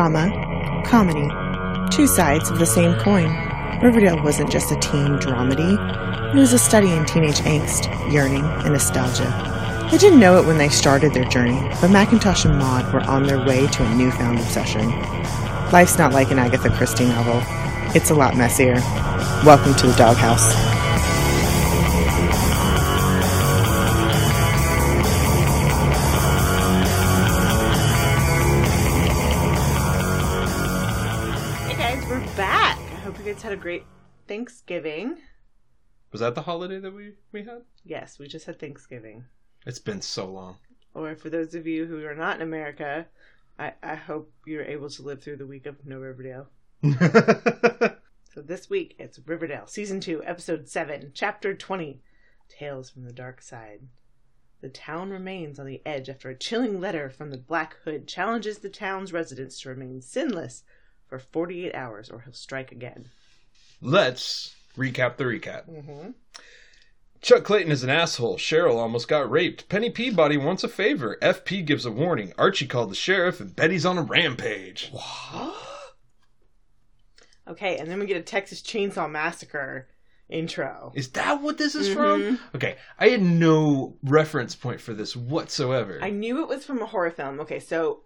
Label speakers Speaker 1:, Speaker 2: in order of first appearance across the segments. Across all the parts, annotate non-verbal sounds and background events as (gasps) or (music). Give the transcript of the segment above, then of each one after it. Speaker 1: drama, comedy. Two sides of the same coin. Riverdale wasn't just a teen dramedy, it was a study in teenage angst, yearning, and nostalgia. They didn't know it when they started their journey, but Macintosh and Maud were on their way to a newfound obsession. Life's not like an Agatha Christie novel, it's a lot messier. Welcome to the doghouse.
Speaker 2: Hey guys, we're back. I hope you guys had a great Thanksgiving.
Speaker 3: Was that the holiday that we we had?
Speaker 2: Yes, we just had Thanksgiving.
Speaker 3: It's been so
Speaker 2: (laughs)
Speaker 3: long.
Speaker 2: Or for those of you who are not in America, I, I hope you're able to live through the week of No Riverdale. So this week it's Riverdale, Season 2, Episode 7, Chapter 20 Tales from the Dark Side. The town remains on the edge after a chilling letter from the Black Hood challenges the town's residents to remain sinless for 48 hours or he'll strike again.
Speaker 3: Let's recap the recap.
Speaker 2: Mm-hmm.
Speaker 3: Chuck Clayton is an asshole. Cheryl almost got raped. Penny Peabody wants a favor. FP gives a warning. Archie called the sheriff, and Betty's on a rampage.
Speaker 2: Okay, and then we get a Texas Chainsaw Massacre intro.
Speaker 3: Is that what this is
Speaker 2: Mhm.
Speaker 3: from? Okay, I had no reference point for this whatsoever.
Speaker 2: I knew it was from a horror film. Okay, so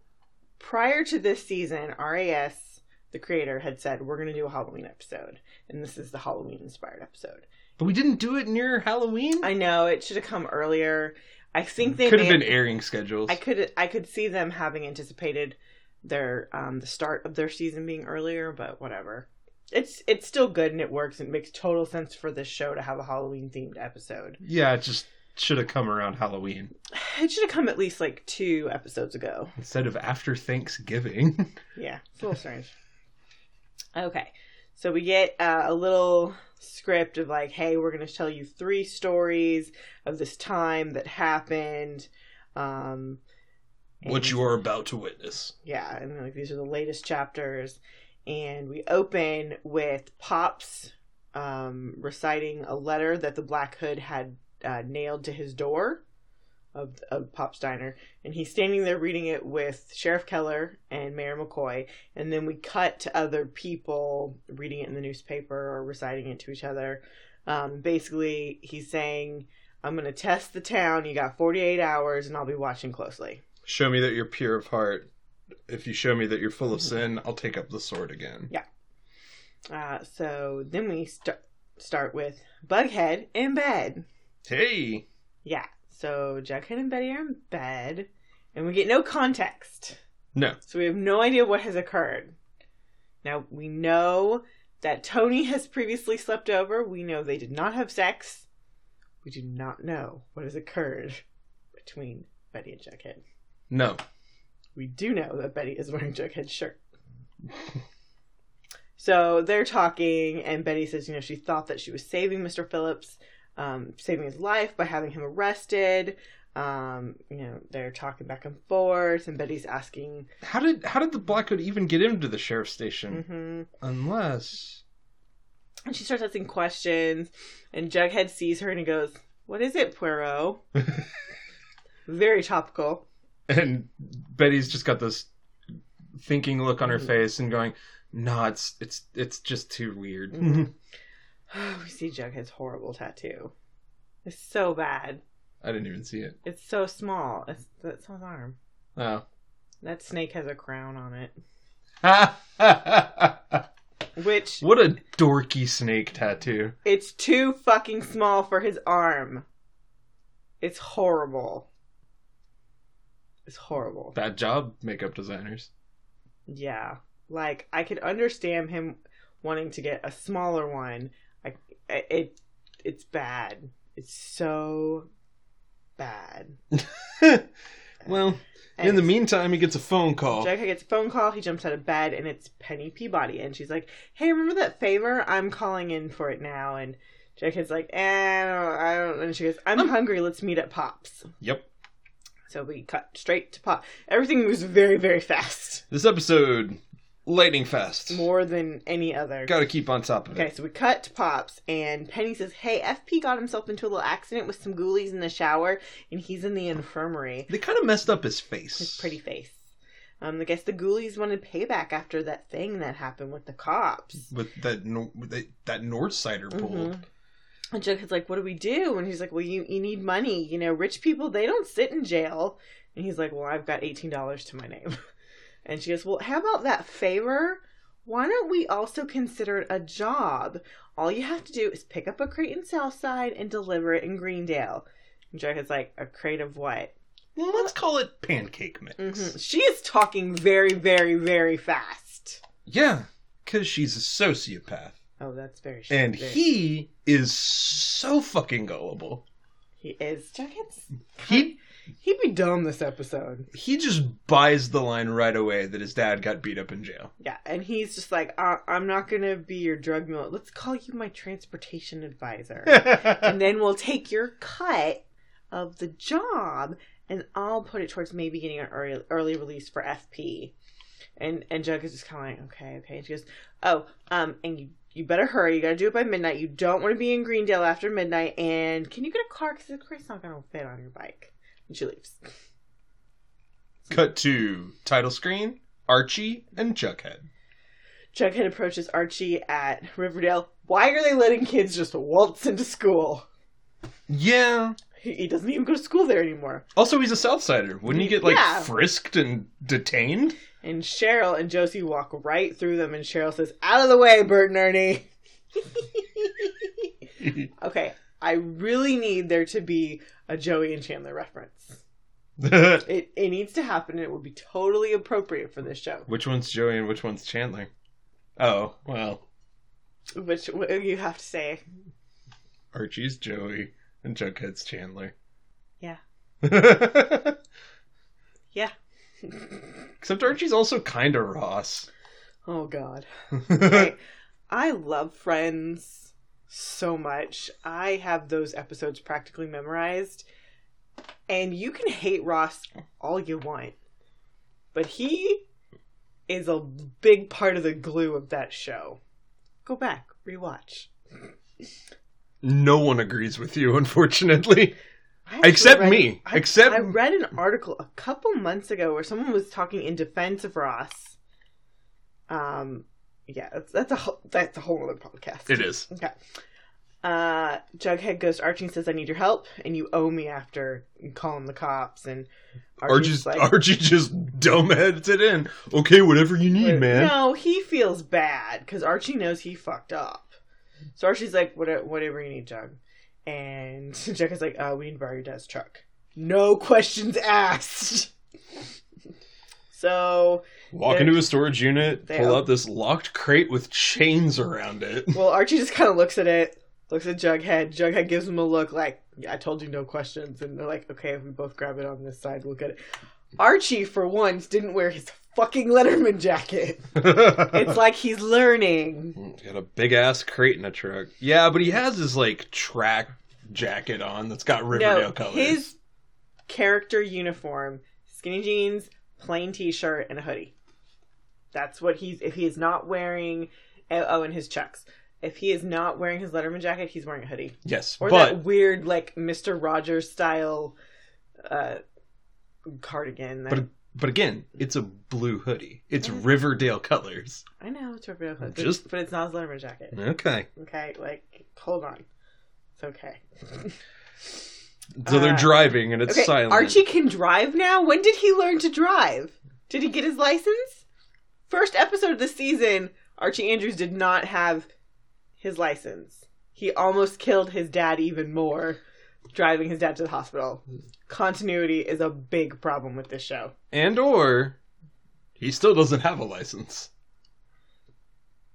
Speaker 2: prior to this season, RAS, the creator, had said, We're going to do a Halloween episode. And this is the Halloween inspired episode.
Speaker 3: But we didn't do it near Halloween.
Speaker 2: I know it should have come earlier. I think they
Speaker 3: could have
Speaker 2: may-
Speaker 3: been airing schedules.
Speaker 2: I could I could see them having anticipated their um the start of their season being earlier, but whatever. It's it's still good and it works and it makes total sense for this show to have a Halloween themed episode.
Speaker 3: yeah, it just should have come around Halloween
Speaker 2: It should have come at least like two episodes ago.
Speaker 3: instead of after Thanksgiving. (laughs)
Speaker 2: Yeah, it's a little strange. Okay, so we get uh, a little script of like, hey, we're going to tell you three stories of this time that happened. Um, and-
Speaker 3: are about to witness.
Speaker 2: yeah, and like these are the latest chapters, and we open with Pops um, reciting a letter that the Black Hood had uh, nailed to his door of of Pop's diner, and he's standing there reading it with Sheriff Keller and Mayor McCoy, and then we cut to other people reading it in the newspaper or reciting it to each other. Um, basically, he's saying. I'm gonna test the town. You got 48 hours, and I'll be watching closely.
Speaker 3: Show me that you're pure of heart. If you show me that you're full of sin, I'll take up the sword again.
Speaker 2: Uh, so then we st- start with Bughead in bed.
Speaker 3: Hey!
Speaker 2: Yeah. So Jughead and Betty are in bed, and we get no context.
Speaker 3: No.
Speaker 2: So we have no idea what has occurred. Now we know that Tony has previously slept over. We know they did not have sex. We do not know what has occurred between Betty and Jughead.
Speaker 3: No.
Speaker 2: We do know that Betty is wearing Jughead's shirt. so they're talking, and Betty says, you know, she thought that she was saving Mr. Phillips, um, saving his life by having him arrested. Um, you know, they're talking back and forth, and Betty's asking,
Speaker 3: How did how did the Black Hood even get into the sheriff's station?
Speaker 2: mm-hmm.
Speaker 3: Unless
Speaker 2: and she starts asking questions, and Jughead sees her and he goes, "What is it, Poirot?" Very topical. (sighs)
Speaker 3: and Betty's just got this thinking look on her
Speaker 2: Mhm.
Speaker 3: face and going, "No, it's it's it's just too weird."
Speaker 2: Mhm. we see Jughead's horrible tattoo. It's so bad.
Speaker 3: (laughs) I didn't even see it.
Speaker 2: It's so small. It's that's on his arm.
Speaker 3: Oh. (laughs)
Speaker 2: That snake has a crown on it,
Speaker 3: what
Speaker 2: which
Speaker 3: a dorky snake tattoo.
Speaker 2: it's too fucking small for his arm. It's horrible. It's horrible.
Speaker 3: Bad job, makeup designers. (laughs)
Speaker 2: Yeah. Like I could understand him wanting to get a smaller one. I it it's bad. It's so bad.
Speaker 3: well, in
Speaker 2: And
Speaker 3: the meantime, he gets a phone call.
Speaker 2: Jughead gets a phone call. He jumps out of bed, and it's Penny Peabody, and she's like, "Hey, remember that favor? I'm calling in for it now." And Jughead's like, eh, "I don't, I don't." And she goes, "I'm hungry. Let's meet at Pops."
Speaker 3: Yep.
Speaker 2: So we cut straight to Pop. Everything moves very, very fast,
Speaker 3: This episode, lightning fast.
Speaker 2: more than any other.
Speaker 3: Got to keep on top of
Speaker 2: Okay,
Speaker 3: it.
Speaker 2: so we cut to Pops, and Penny says, "Hey, FP got himself into a little accident with some ghoulies in the shower, and he's in the infirmary."
Speaker 3: They kind of messed up his face.
Speaker 2: His pretty face. Um, I guess the Ghoulies wanted payback after that thing that happened with the cops.
Speaker 3: with that nor- with that- that Northsider pulled.
Speaker 2: Mhm. And Jughead's like, "What do we do?" And he's like, "Well, you you need money. You know, rich people they don't sit in jail." And he's like, "Well, I've got eighteen dollars to my name." (laughs) And she goes, "Well, how about that favor? Why don't we also consider it a job? All you have to do is pick up a crate in Southside and deliver it in Greendale." And Jughead's like, "A crate of what?"
Speaker 3: Well, let's call it pancake mix.
Speaker 2: Mhm. (laughs) She is talking very, very, very fast.
Speaker 3: Yeah, because she's a sociopath,
Speaker 2: Oh, that's very.
Speaker 3: and
Speaker 2: very-
Speaker 3: he is so fucking gullible.
Speaker 2: he is Jughead's.
Speaker 3: He
Speaker 2: He'd be dumb this episode.
Speaker 3: he just buys the line right away that his dad got beat up
Speaker 2: (laughs)
Speaker 3: in jail.
Speaker 2: Yeah, and he's just like, I- I'm not gonna be your drug mule. Let's call you my transportation
Speaker 3: (laughs)
Speaker 2: advisor, and then we'll take your cut of the job, and I'll put it towards maybe getting an early, early release for FP. And and Jug is just kind of like, okay, okay. And she goes, oh, um, and you you better hurry. You gotta do it by midnight. You don't want to be in Greendale after midnight. And can you get a car? Because the car's not gonna fit on your bike. And she leaves.
Speaker 3: Cut to title screen: Archie and Jughead.
Speaker 2: Jughead approaches Archie at Riverdale. Why are they letting kids just waltz into school?
Speaker 3: Yeah.
Speaker 2: He he doesn't even go to school there anymore.
Speaker 3: Also, he's a Southsider. Wouldn't he get like
Speaker 2: Yeah.
Speaker 3: frisked and detained? (laughs)
Speaker 2: And Cheryl and Josie walk right through them, and Cheryl says, Out of the way, Bert and Ernie. okay, I really need there to be a Joey and Chandler reference. It, it needs to happen, and it would be totally appropriate for this show.
Speaker 3: which one's Joey and which one's Chandler? Oh, well,
Speaker 2: Which w- you have to say,
Speaker 3: Archie's Joey and Jughead's Chandler. (laughs)
Speaker 2: Yeah.
Speaker 3: yeah.
Speaker 2: Yeah.
Speaker 3: Except Archie's also kind of Ross.
Speaker 2: Oh, God. Okay. I love Friends so much. I have those episodes practically memorized. And you can hate Ross all you want, but he is a big part of the glue of that show. Go back, rewatch.
Speaker 3: (laughs) no one agrees with you, unfortunately.
Speaker 2: I actually
Speaker 3: Except
Speaker 2: read-
Speaker 3: me.
Speaker 2: I-
Speaker 3: Except-
Speaker 2: I read an article a couple months ago where someone was talking in defense of Ross. Um, yeah, that's, that's a whole, that's a whole other podcast.
Speaker 3: It is.
Speaker 2: Okay. Uh, Jughead goes to Archie and says, "I need your help, and you owe me after and calling the cops." And Archie's
Speaker 3: Archie's,
Speaker 2: like,
Speaker 3: Archie just (laughs) dumbheads it in. Okay, whatever you need, man.
Speaker 2: "No, he feels bad because Archie knows he fucked up." So Archie's like, "Whatever, whatever you need, Jug." And (laughs) Jughead's like, uh, "We need to borrow your dad's truck. No questions asked." (laughs) so,
Speaker 3: Walk into a storage unit,
Speaker 2: They
Speaker 3: pull
Speaker 2: op-
Speaker 3: out this locked crate with chains around it.
Speaker 2: well, Archie just kind of looks at it, looks at Jughead. Jughead gives him a look like, yeah, I told you no questions. And they're like, okay, if we both grab it on this side, we'll get it. Archie, for once, didn't wear his fucking Letterman
Speaker 3: (laughs)
Speaker 2: jacket. It's like he's learning.
Speaker 3: He's got Mm, a big ass crate in a truck. Yeah, but he has his like track jacket on that's got Riverdale
Speaker 2: no,
Speaker 3: colors.
Speaker 2: his character uniform, skinny jeans, plain t-shirt, and a hoodie. That's what he's, if he is not wearing, oh, and his checks. If he is not wearing his Letterman jacket, he's wearing a hoodie.
Speaker 3: Yes,
Speaker 2: Or
Speaker 3: but
Speaker 2: that weird, like Mister Rogers style uh, cardigan. That,
Speaker 3: but but again, it's a blue hoodie. It's
Speaker 2: Mm.
Speaker 3: Riverdale colors.
Speaker 2: I know it's Riverdale, but,
Speaker 3: Just-
Speaker 2: but it's not his Letterman jacket.
Speaker 3: Okay,
Speaker 2: Okay, like hold on, it's okay.
Speaker 3: so they're
Speaker 2: Uh,
Speaker 3: driving and it's
Speaker 2: okay,
Speaker 3: silent.
Speaker 2: Archie can drive now. When did he learn to drive? Did he get his license? First episode of the season, Archie Andrews did not have his license. He almost killed his dad even more, driving his dad to the hospital. Continuity is a big problem with this show.
Speaker 3: and or he still doesn't have a license.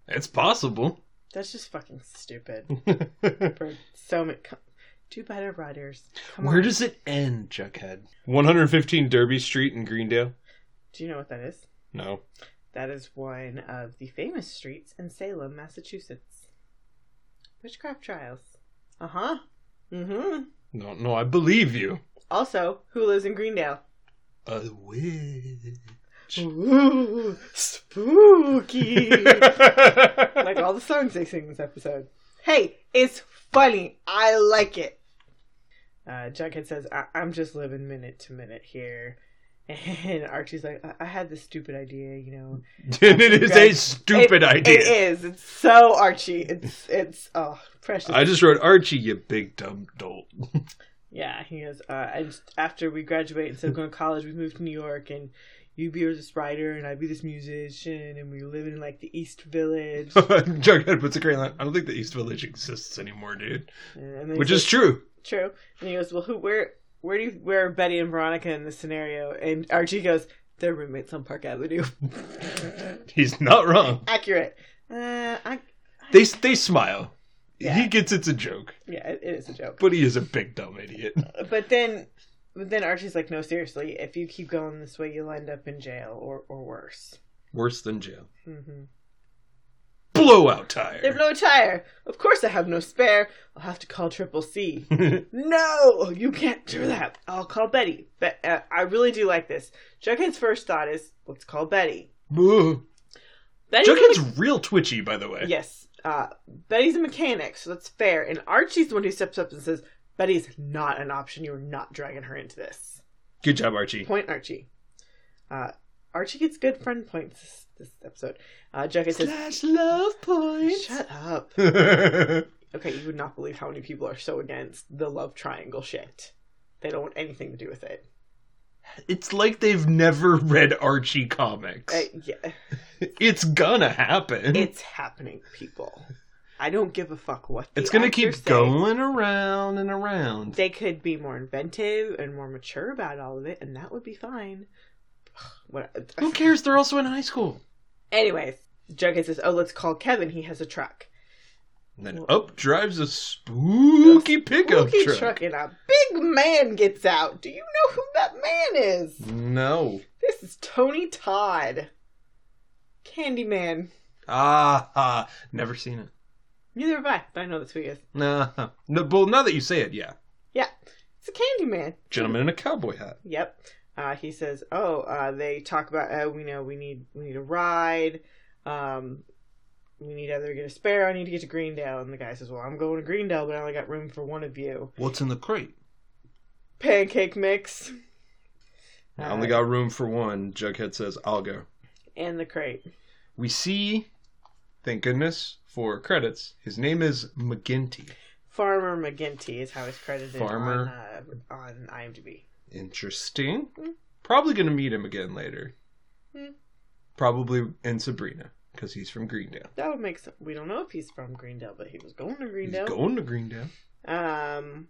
Speaker 3: It's possible. (laughs)
Speaker 2: That's just fucking stupid.
Speaker 3: Hmm.
Speaker 2: For so many, co- do better, writers. Come
Speaker 3: Where
Speaker 2: on.
Speaker 3: does it end, Jughead? 115 Derby Street in Greendale.
Speaker 2: do you know what that is?
Speaker 3: No.
Speaker 2: That is one of the famous streets in Salem, Massachusetts. Witchcraft trials. Uh huh. Mm hmm.
Speaker 3: No, no, I believe you.
Speaker 2: Also, who lives in Greendale?
Speaker 3: (laughs) A witch.
Speaker 2: Ooh, spooky. (laughs) like
Speaker 3: like
Speaker 2: all the songs they sing this episode. Hey, it's funny. I like it. Uh, Jughead says, I- I'm just living minute to minute here. (laughs) And Archie's like, I, I had this stupid idea, you know.
Speaker 3: And it is a
Speaker 2: Right.
Speaker 3: stupid
Speaker 2: It-
Speaker 3: idea.
Speaker 2: It is. It's so Archie. It's it's oh precious.
Speaker 3: I just wrote Archie, you big dumb dolt. (laughs)
Speaker 2: Yeah, he goes. Uh, I just, after we graduate, instead of going to college, we moved to New York, and you be this writer, and I be this musician, and we live in like the East
Speaker 3: (laughs)
Speaker 2: Village.
Speaker 3: Jughead puts a crane line. I don't think the East Village exists anymore, dude.
Speaker 2: and then
Speaker 3: Which
Speaker 2: he
Speaker 3: is true.
Speaker 2: True. And he goes, Well who where where do you where are Betty and Veronica in this scenario? And Archie goes, They're roommates on Park Avenue. (laughs)
Speaker 3: He's not wrong.
Speaker 2: Accurate. Uh I
Speaker 3: They they smile.
Speaker 2: Yeah.
Speaker 3: He gets it's a joke,
Speaker 2: yeah, it, it is a joke.
Speaker 3: but he is a big dumb idiot.
Speaker 2: But then but then Archie's like, No, seriously, if you keep going this way you'll end up in jail or, or worse.
Speaker 3: Worse than jail.
Speaker 2: hmm
Speaker 3: Blowout
Speaker 2: They
Speaker 3: tire.
Speaker 2: blow a tire. Of course I have no spare. I'll have to call Triple C. No, you can't do that. I'll call Betty. But uh, I really do like this. Jughead's first thought is, let's call Betty.
Speaker 3: Ugh.
Speaker 2: Betty's a
Speaker 3: Jughead's real twitchy, by the way.
Speaker 2: Yes. Uh, Betty's a mechanic, so that's fair. And Archie's the one who steps up and says, Betty's not an option. You're not dragging her into this.
Speaker 3: Good job, Archie.
Speaker 2: Point Archie. Uh, Archie gets good friend points this, this episode. Uh, Jughead says,
Speaker 3: Slash love points.
Speaker 2: Shut up.
Speaker 3: That's
Speaker 2: Okay, you would not believe how many people are so against the love triangle shit. They don't want anything to do with it.
Speaker 3: (laughs) It's like they've never read Archie comics.
Speaker 2: Uh,
Speaker 3: (laughs)
Speaker 2: yeah,
Speaker 3: It's gonna happen.
Speaker 2: it's happening, people. I don't give a fuck what. the
Speaker 3: It's gonna
Speaker 2: actors
Speaker 3: keep
Speaker 2: say.
Speaker 3: going around and around.
Speaker 2: they could be more inventive and more mature about all of it, and that would be fine. (sighs) What?
Speaker 3: Who cares? They're also in high school.
Speaker 2: Anyways, Jughead says, "Oh, let's call Kevin. He has a truck.
Speaker 3: And then
Speaker 2: Well-
Speaker 3: up drives a spooky pickup
Speaker 2: Spooky
Speaker 3: truck.
Speaker 2: and a big man gets out. Do you know who that man is?
Speaker 3: No.
Speaker 2: This is Tony Todd, Candyman.
Speaker 3: Ah, ah, never seen it.
Speaker 2: Neither have I, but I know that's who he is.
Speaker 3: Nah. No, well, now that you say it, yeah.
Speaker 2: Yeah, it's a Candyman.
Speaker 3: Gentleman in a cowboy hat.
Speaker 2: Yep. Uh, he says, "Oh, uh, they talk about oh, we know we need we need a ride. Um, we need either to get a spare. I need to get to Greendale." And the guy says, "Well, I'm going to Greendale, but I only got room for one of you.
Speaker 3: What's in the crate?
Speaker 2: Pancake mix
Speaker 3: I only got room for one. Jughead says, I'll go.
Speaker 2: Uh, and the crate.
Speaker 3: We see, thank goodness for credits, his name is McGinty.
Speaker 2: Farmer McGinty is how he's credited
Speaker 3: Farmer.
Speaker 2: on uh, on IMDb.
Speaker 3: Interesting.
Speaker 2: Mm.
Speaker 3: Probably going to meet him again later.
Speaker 2: Mm.
Speaker 3: Probably in Sabrina, because he's from Greendale.
Speaker 2: That would make sense. We don't know if he's from Greendale, but he was going to
Speaker 3: He's
Speaker 2: Greendale.
Speaker 3: going to Greendale.
Speaker 2: um,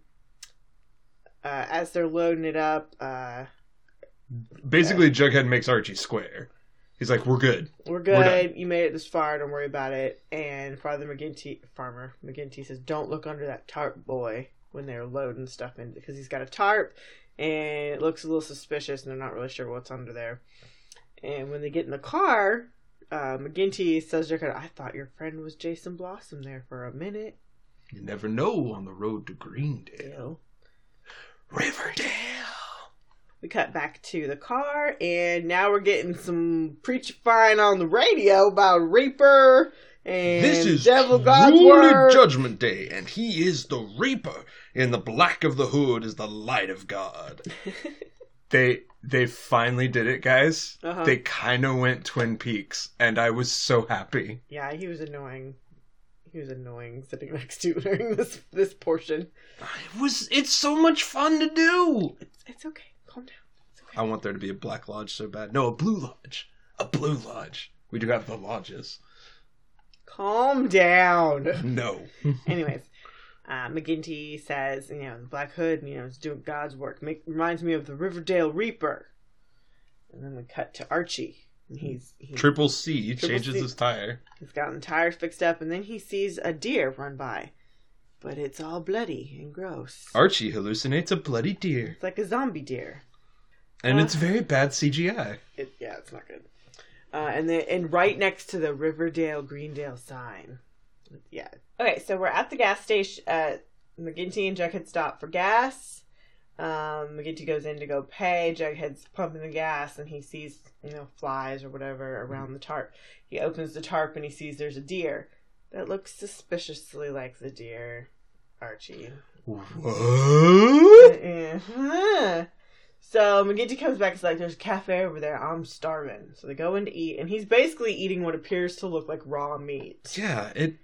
Speaker 2: uh, as they're loading it up, uh,
Speaker 3: Basically, Jughead makes Archie square. He's like, we're good.
Speaker 2: We're
Speaker 3: We're
Speaker 2: good.
Speaker 3: done.
Speaker 2: you made it this far. Don't worry about it. And Father McGinty, Farmer McGinty says, "Don't look under that tarp, boy." When they're loading stuff in, because he's got a tarp, and it looks a little suspicious, and they're not really sure what's under there. And when they get in the car, uh, McGinty says, "They're gonna- I thought your friend was Jason Blossom there for a minute."
Speaker 3: You never know on the road to Greendale.
Speaker 2: Ew.
Speaker 3: Riverdale.
Speaker 2: We cut back to the car, and now we're getting some preacher fine on the radio about Reaper and
Speaker 3: This is
Speaker 2: Devil God's
Speaker 3: truly
Speaker 2: Word.
Speaker 3: Judgment Day, and he is the Reaper. In the black of the hood is the light of God. (laughs) they they finally did it, guys.
Speaker 2: Uh-huh.
Speaker 3: They kind of went Twin Peaks, and I was so happy.
Speaker 2: Yeah, he was annoying. He was annoying sitting (laughs) next to you during this this portion.
Speaker 3: It was it's so much fun to do.
Speaker 2: It's, it's okay. Calm down. It's okay.
Speaker 3: I want there to be a black lodge so bad. No, a blue lodge. A blue lodge. We do have the lodges.
Speaker 2: Calm down. (laughs)
Speaker 3: (laughs) No.
Speaker 2: Anyways, uh, McGinty says, you know, the Black Hood, you know, is doing God's work. Make, reminds me of the Riverdale Reaper. And then we cut to Archie. And he's he,
Speaker 3: Triple C
Speaker 2: Triple
Speaker 3: changes
Speaker 2: C.
Speaker 3: his tire.
Speaker 2: he's gotten tires fixed up, and then he sees a deer run by, but it's all bloody and gross.
Speaker 3: Archie hallucinates a bloody deer,
Speaker 2: it's like a zombie deer.
Speaker 3: and
Speaker 2: Uh.
Speaker 3: it's very bad CGI.
Speaker 2: It, yeah, it's not good. Uh, and then and right next to the Riverdale Greendale sign. Yeah. Okay, so we're at the gas station. Uh, McGinty and Jughead stop for gas. Um, McGinty goes in to go pay. Jughead's pumping the gas, and he sees you know flies or whatever around the tarp. He opens the tarp and he sees there's a deer that looks suspiciously like the deer Archie.
Speaker 3: What?
Speaker 2: Uh-uh. (laughs) So McGinty comes back and is like, there's a cafe over there. I'm starving. So they go in to eat, and he's basically eating what appears to look like raw meat.
Speaker 3: Yeah, it.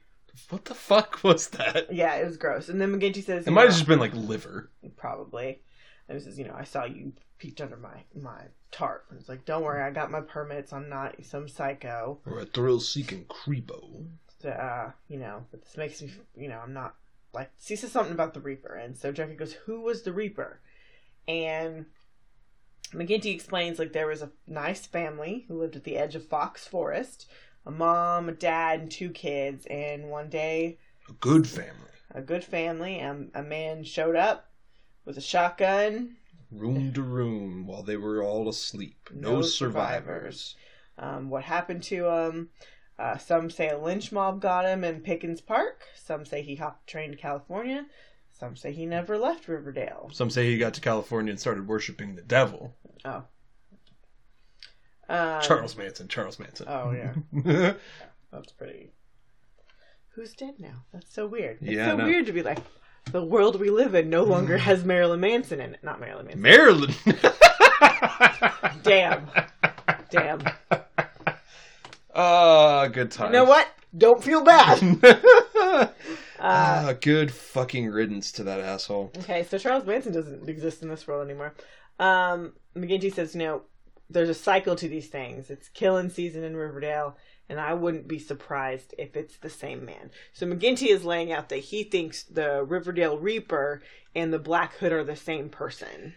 Speaker 3: What the fuck was that?
Speaker 2: Yeah, it was gross. And then McGinty says,
Speaker 3: It
Speaker 2: you
Speaker 3: might have
Speaker 2: know-
Speaker 3: just been like liver.
Speaker 2: probably. And he says, you know, I saw you peeked under my my tarp. And it's like, don't worry, I got my permits. I'm not some psycho.
Speaker 3: Or a thrill seeking creepo.
Speaker 2: So, uh, you know, but this makes me, you know, I'm not like. She says something about the Reaper, and so Jackie goes, "Who was the Reaper?" And McGinty explains like there was a nice family who lived at the edge of Fox Forest, a mom, a dad, and two kids. And one day,
Speaker 3: A good family.
Speaker 2: a good family, and a man showed up with a shotgun
Speaker 3: Room to room while they were all asleep. No,
Speaker 2: No
Speaker 3: survivors.
Speaker 2: um, what happened to him. Uh, some say a lynch mob got him in Pickens Park. Some say he hopped a train to California. Some say he never left Riverdale.
Speaker 3: Some say he got to California and started worshiping the devil.
Speaker 2: Oh. Um,
Speaker 3: Charles Manson, Charles Manson.
Speaker 2: Oh,
Speaker 3: (laughs)
Speaker 2: yeah.
Speaker 3: yeah,
Speaker 2: That's pretty. Who's dead now? That's so weird. It's
Speaker 3: Yeah, I
Speaker 2: so
Speaker 3: know.
Speaker 2: weird to be like, the world we live in no longer has Marilyn Manson in it. Not Marilyn Manson.
Speaker 3: Maryland. (laughs)
Speaker 2: Damn. Damn.
Speaker 3: Ah, good times.
Speaker 2: You know what? Don't feel bad.
Speaker 3: (laughs)
Speaker 2: Uh,
Speaker 3: Ah, good fucking riddance to that asshole.
Speaker 2: Okay, so Charles Manson doesn't exist in this world anymore. Um, McGinty says, you know, there's a cycle to these things. It's killing season in Riverdale, and I wouldn't be surprised if it's the same man. So McGinty is laying out that he thinks the Riverdale Reaper and the Black Hood are the same person.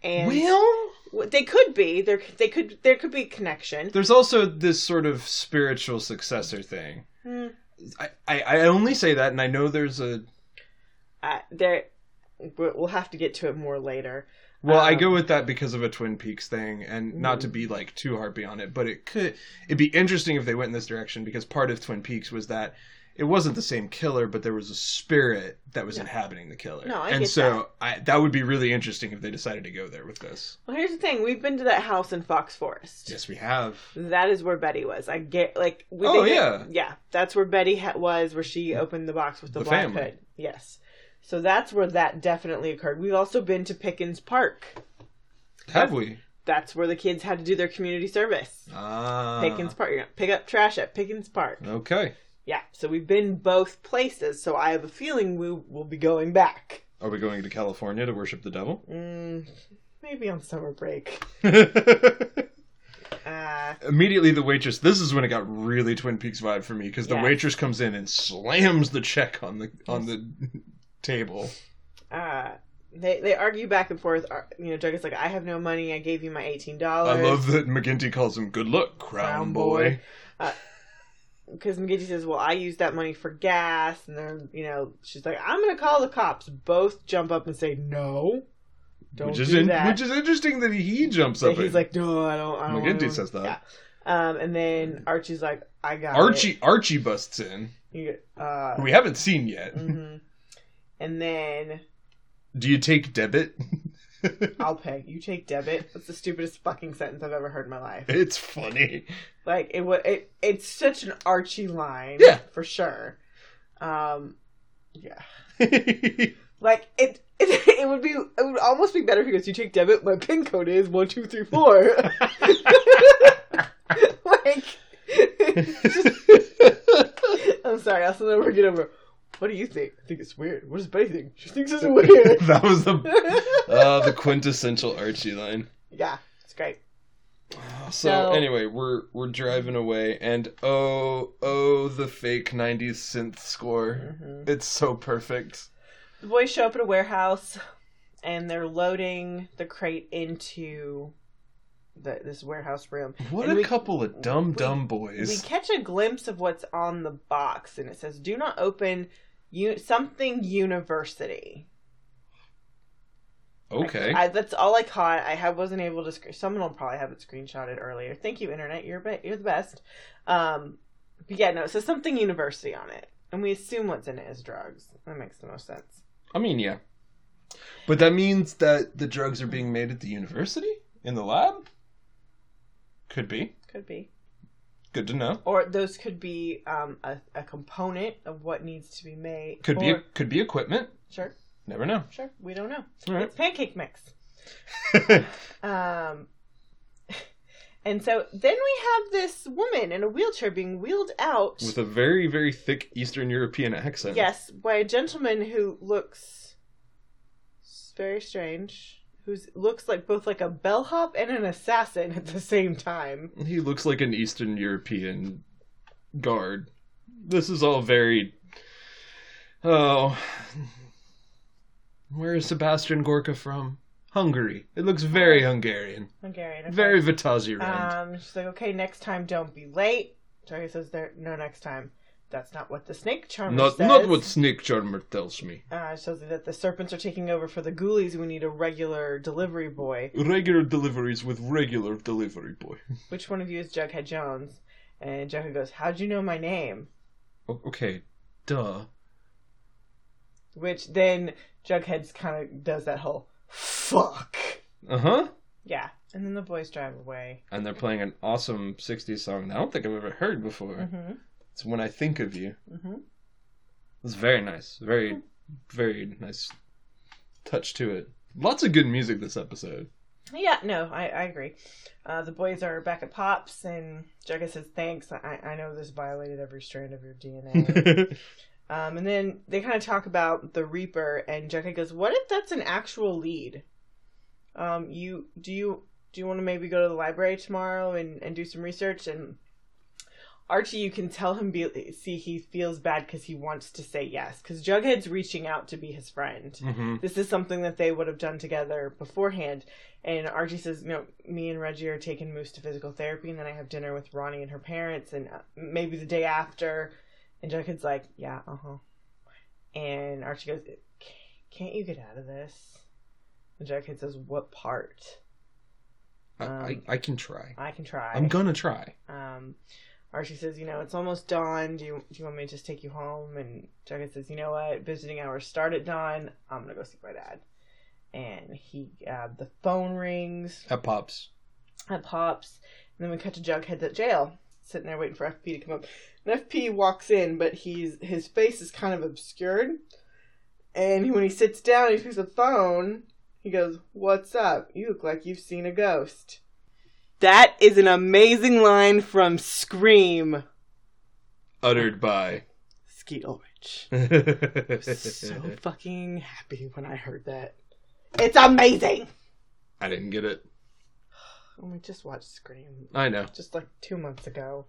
Speaker 2: And
Speaker 3: Well,
Speaker 2: Well, they could be. There, they could. There could be a connection.
Speaker 3: there's also this sort of spiritual successor thing.
Speaker 2: Hmm.
Speaker 3: I, I, I only say that, and I know there's a.
Speaker 2: Uh, there, we'll we'll have to get to it more later.
Speaker 3: Well, I
Speaker 2: Um,
Speaker 3: go with that because of a Twin Peaks thing, and not to be like too harpy on it, but it could. It'd be interesting if they went in this direction because part of Twin Peaks was that it wasn't the same killer, but there was a spirit that was
Speaker 2: No.
Speaker 3: inhabiting the killer.
Speaker 2: No, I
Speaker 3: and
Speaker 2: get
Speaker 3: so I, that would be really interesting if they decided to go there with this.
Speaker 2: Well, here's the thing: we've been to that house in Fox Forest.
Speaker 3: Yes, we have.
Speaker 2: That is where Betty was. I get like we
Speaker 3: Oh,
Speaker 2: they-
Speaker 3: yeah.
Speaker 2: yeah. That's where Betty ha- was, where she opened the box with the,
Speaker 3: The
Speaker 2: black
Speaker 3: family.
Speaker 2: hood. Yes, so that's where that definitely occurred. We've also been to Pickens Park.
Speaker 3: Have we?
Speaker 2: That's where the kids had to do their community service.
Speaker 3: Ah.
Speaker 2: Pickens Park. You're gonna pick up trash at Pickens Park.
Speaker 3: Okay.
Speaker 2: Yeah. So we've been both places. So I have a feeling we will be going back.
Speaker 3: Are we going to California to worship the devil?
Speaker 2: Mm, maybe on summer break.
Speaker 3: (laughs)
Speaker 2: Uh,
Speaker 3: Immediately, the waitress. This is when it got really Twin Peaks vibe for me because the
Speaker 2: Yeah.
Speaker 3: waitress comes in and slams the check on the on the (laughs) table.
Speaker 2: uh, they they argue back and forth. Ar- You know, Doug is like, "I have no money. I gave you my eighteen dollars."
Speaker 3: I love that McGinty calls him "Good luck,
Speaker 2: Oh, Crown
Speaker 3: Crown
Speaker 2: boy."
Speaker 3: Boy."
Speaker 2: because McGinty says, "Well, I used that money for gas," and then you know she's like, "I'm gonna call the cops." Both jump up and say, "No, don't
Speaker 3: Which is
Speaker 2: do
Speaker 3: in,
Speaker 2: that."
Speaker 3: which is interesting that he jumps
Speaker 2: And
Speaker 3: up.
Speaker 2: he's
Speaker 3: in.
Speaker 2: like, "No, I don't." I don't
Speaker 3: McGinty
Speaker 2: wanna-"
Speaker 3: says that.
Speaker 2: Yeah. Um, and then Archie's like, "I got
Speaker 3: Archie
Speaker 2: It.
Speaker 3: Archie busts in.
Speaker 2: You- uh,
Speaker 3: who We haven't seen yet.
Speaker 2: mhm. And then
Speaker 3: Do you take debit? (laughs)
Speaker 2: I'll pay. You take debit. That's the stupidest fucking sentence I've ever heard in my life.
Speaker 3: It's funny.
Speaker 2: (laughs)
Speaker 3: (laughs)
Speaker 2: Like it was. It, it's such an Archie line.
Speaker 3: Yeah.
Speaker 2: for sure. Um, yeah. Like it, (laughs) it, it would be, it would almost be better if he goes, "You take debit. My pin code is one two three four. (laughs) like, (laughs) I'm sorry. I'll still never get over. What do you think? I think it's weird. What does Betty think? She thinks it's weird. (laughs)
Speaker 3: that was the uh, the quintessential Archie line.
Speaker 2: yeah, it's great.
Speaker 3: So
Speaker 2: So-
Speaker 3: anyway, we're we're driving away, and oh oh, the fake '90s synth score. It's so perfect.
Speaker 2: The boys show up at a warehouse, and they're loading the crate into the, this warehouse room.
Speaker 3: What
Speaker 2: And
Speaker 3: a
Speaker 2: we-
Speaker 3: couple of dumb
Speaker 2: we-
Speaker 3: dumb
Speaker 2: we
Speaker 3: boys.
Speaker 2: catch a glimpse of what's on the box and it says do not open u- something university
Speaker 3: okay,
Speaker 2: I, that's all i caught i have, wasn't able to screen someone will probably have it screenshotted earlier thank you internet you're, be- you're the best um but yeah no it says something university on it and we assume what's in it is drugs that makes the most sense
Speaker 3: I mean yeah, but that means that the drugs are being made at the university in the lab. Could be
Speaker 2: could be
Speaker 3: good to know.
Speaker 2: or those could be um a, a component of what needs to be made
Speaker 3: Could be
Speaker 2: or-
Speaker 3: could be equipment.
Speaker 2: sure
Speaker 3: Never know.
Speaker 2: sure we don't know
Speaker 3: All right.
Speaker 2: it's pancake mix Um, (laughs) and so then we have this woman in a wheelchair being wheeled out.
Speaker 3: (laughs) With a very, very thick Eastern European accent.
Speaker 2: Yes, by a gentleman who looks very strange. Who looks like both like a bellhop and an assassin at the same time.
Speaker 3: He looks like an Eastern European guard. This is all very. Oh. Where is Sebastian Gorka from? Hungary. It looks very Hungarian.
Speaker 2: Hungarian. okay.
Speaker 3: Very Vitazi Rand.
Speaker 2: Um, she's like, okay, next time, don't be late. Target says, there, no, next time. That's not what the snake charmer
Speaker 3: not,
Speaker 2: says.
Speaker 3: not what Snake Charmer tells me.
Speaker 2: Uh, she tells you that the serpents are taking over for the ghoulies. We need a regular delivery boy.
Speaker 3: Regular deliveries with regular delivery boy.
Speaker 2: Which one of you is Jughead Jones? And Jughead goes, how'd you know my name?
Speaker 3: O- Okay, duh.
Speaker 2: Which then Jughead kind of does that whole fuck.
Speaker 3: Uh huh.
Speaker 2: Yeah. And then the boys drive away.
Speaker 3: And they're playing an awesome 60s song that I don't think I've ever heard before.
Speaker 2: Mm-hmm.
Speaker 3: It's When I Think of You.
Speaker 2: Mm-hmm.
Speaker 3: It's very nice.
Speaker 2: Hmm.
Speaker 3: Very, very nice touch to it. Lots of good music
Speaker 2: (laughs)
Speaker 3: this episode.
Speaker 2: Yeah, no, I, I agree. Uh, the boys are back at Pops, and Jughead says, Thanks, I, I know this violated every strand of your DNA. um, and then they kind of talk about the Reaper, and Jughead goes, What if that's an actual lead? Um, you do you do you want to maybe go to the library tomorrow and, and do some research and Archie you can tell him be, see he feels bad cuz he wants to say yes cuz Jughead's reaching out to be his friend
Speaker 3: hmm
Speaker 2: this is something that they would have done together beforehand. And Archie says, "No, me and Reggie are taking Moose to physical therapy, and then I have dinner with Ronnie and her parents, and uh, maybe the day after." And Jughead's like, "Yeah, uh huh." And Archie goes, "Can't you get out of this?" And Jughead says, "What part?
Speaker 3: I, I, I can try.
Speaker 2: Um, I can try."
Speaker 3: I'm gonna try.
Speaker 2: Um, Archie says, "You know, it's almost dawn. Do you do you want me to just take you home?" And Jughead says, "You know what? Visiting hours start at dawn. I'm gonna go see my dad." And he, uh, the phone rings.
Speaker 3: At Pops.
Speaker 2: It pops, and then we cut to Jughead's at jail, sitting there waiting for FP to come up. And FP walks in, but he's his face is kind of obscured. And when he sits down, he picks up the phone. He goes, "What's up? You look like you've seen a ghost." That is an amazing line from Scream. (laughs)
Speaker 3: Uttered by.
Speaker 2: Skeet Ulrich.
Speaker 3: (laughs)
Speaker 2: So
Speaker 3: I
Speaker 2: fucking happy when I heard that. It's amazing.
Speaker 3: didn't get it.
Speaker 2: And Oh, we just watched Scream
Speaker 3: I know.
Speaker 2: just like two months ago.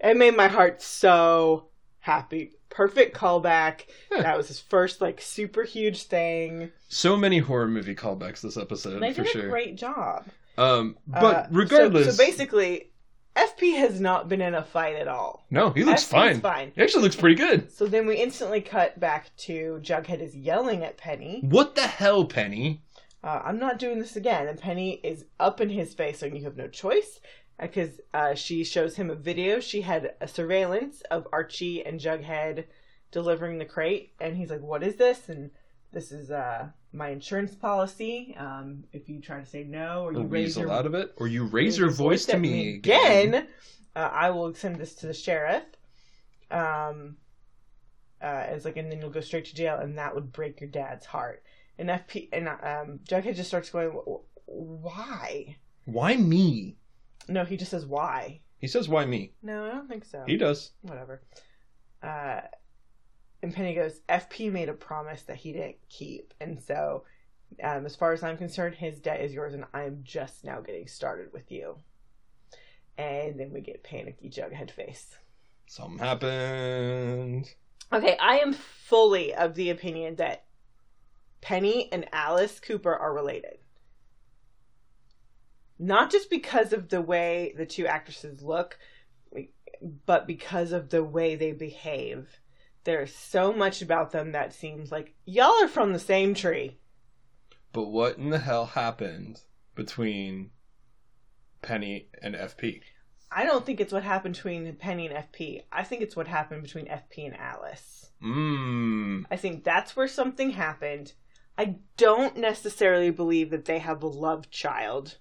Speaker 2: It made my heart so happy. Perfect callback.
Speaker 3: Yeah.
Speaker 2: That was his first like super huge thing.
Speaker 3: So many horror movie callbacks this episode
Speaker 2: They
Speaker 3: for
Speaker 2: did a
Speaker 3: sure.
Speaker 2: great job.
Speaker 3: Um, but
Speaker 2: Uh, so-
Speaker 3: regardless,
Speaker 2: so, basically, FP has not been in a fight at all.
Speaker 3: no, he looks
Speaker 2: FP is
Speaker 3: fine.
Speaker 2: fine.
Speaker 3: He actually looks pretty good.
Speaker 2: So then we instantly cut back to Jughead is yelling at Penny.
Speaker 3: What the hell, Penny?
Speaker 2: uh, I'm not doing this again. And Penny is up in his face, and you have no choice because uh, she shows him a video. She had a surveillance of Archie and Jughead delivering the crate, and he's like, "What is this?" And this is uh, my insurance policy. Um, if you try to say no or you
Speaker 3: Or
Speaker 2: raise
Speaker 3: weasel
Speaker 2: your
Speaker 3: out of it, or you raise your voice to
Speaker 2: at
Speaker 3: me
Speaker 2: again, uh, I will send this to the sheriff. Um, uh, it's like, and then you'll go straight to jail, and that would break your dad's heart. And FP and um, Jughead just starts going, "Wh- wh- why?
Speaker 3: Why me?
Speaker 2: No, he just says why.
Speaker 3: He says, "Why me?"
Speaker 2: No, I don't think so.
Speaker 3: He does.
Speaker 2: Whatever. Uh, and Penny goes, FP made a promise that he didn't keep, and so. Um, as far as I'm concerned, his debt is yours, and I'm just now getting started with you. And then we get panicky Jughead face.
Speaker 3: Something happened.
Speaker 2: Okay, I am fully of the opinion that Penny and Alice Cooper are related. Not just because of the way the two actresses look, but because of the way they behave. There's so much about them that seems like y'all are from the same tree.
Speaker 3: But what in the hell happened between Penny and FP?
Speaker 2: I don't think it's what happened between Penny and FP. I think it's what happened between FP and Alice.
Speaker 3: Mmm.
Speaker 2: I think that's where something happened. I don't necessarily believe that they have a love child.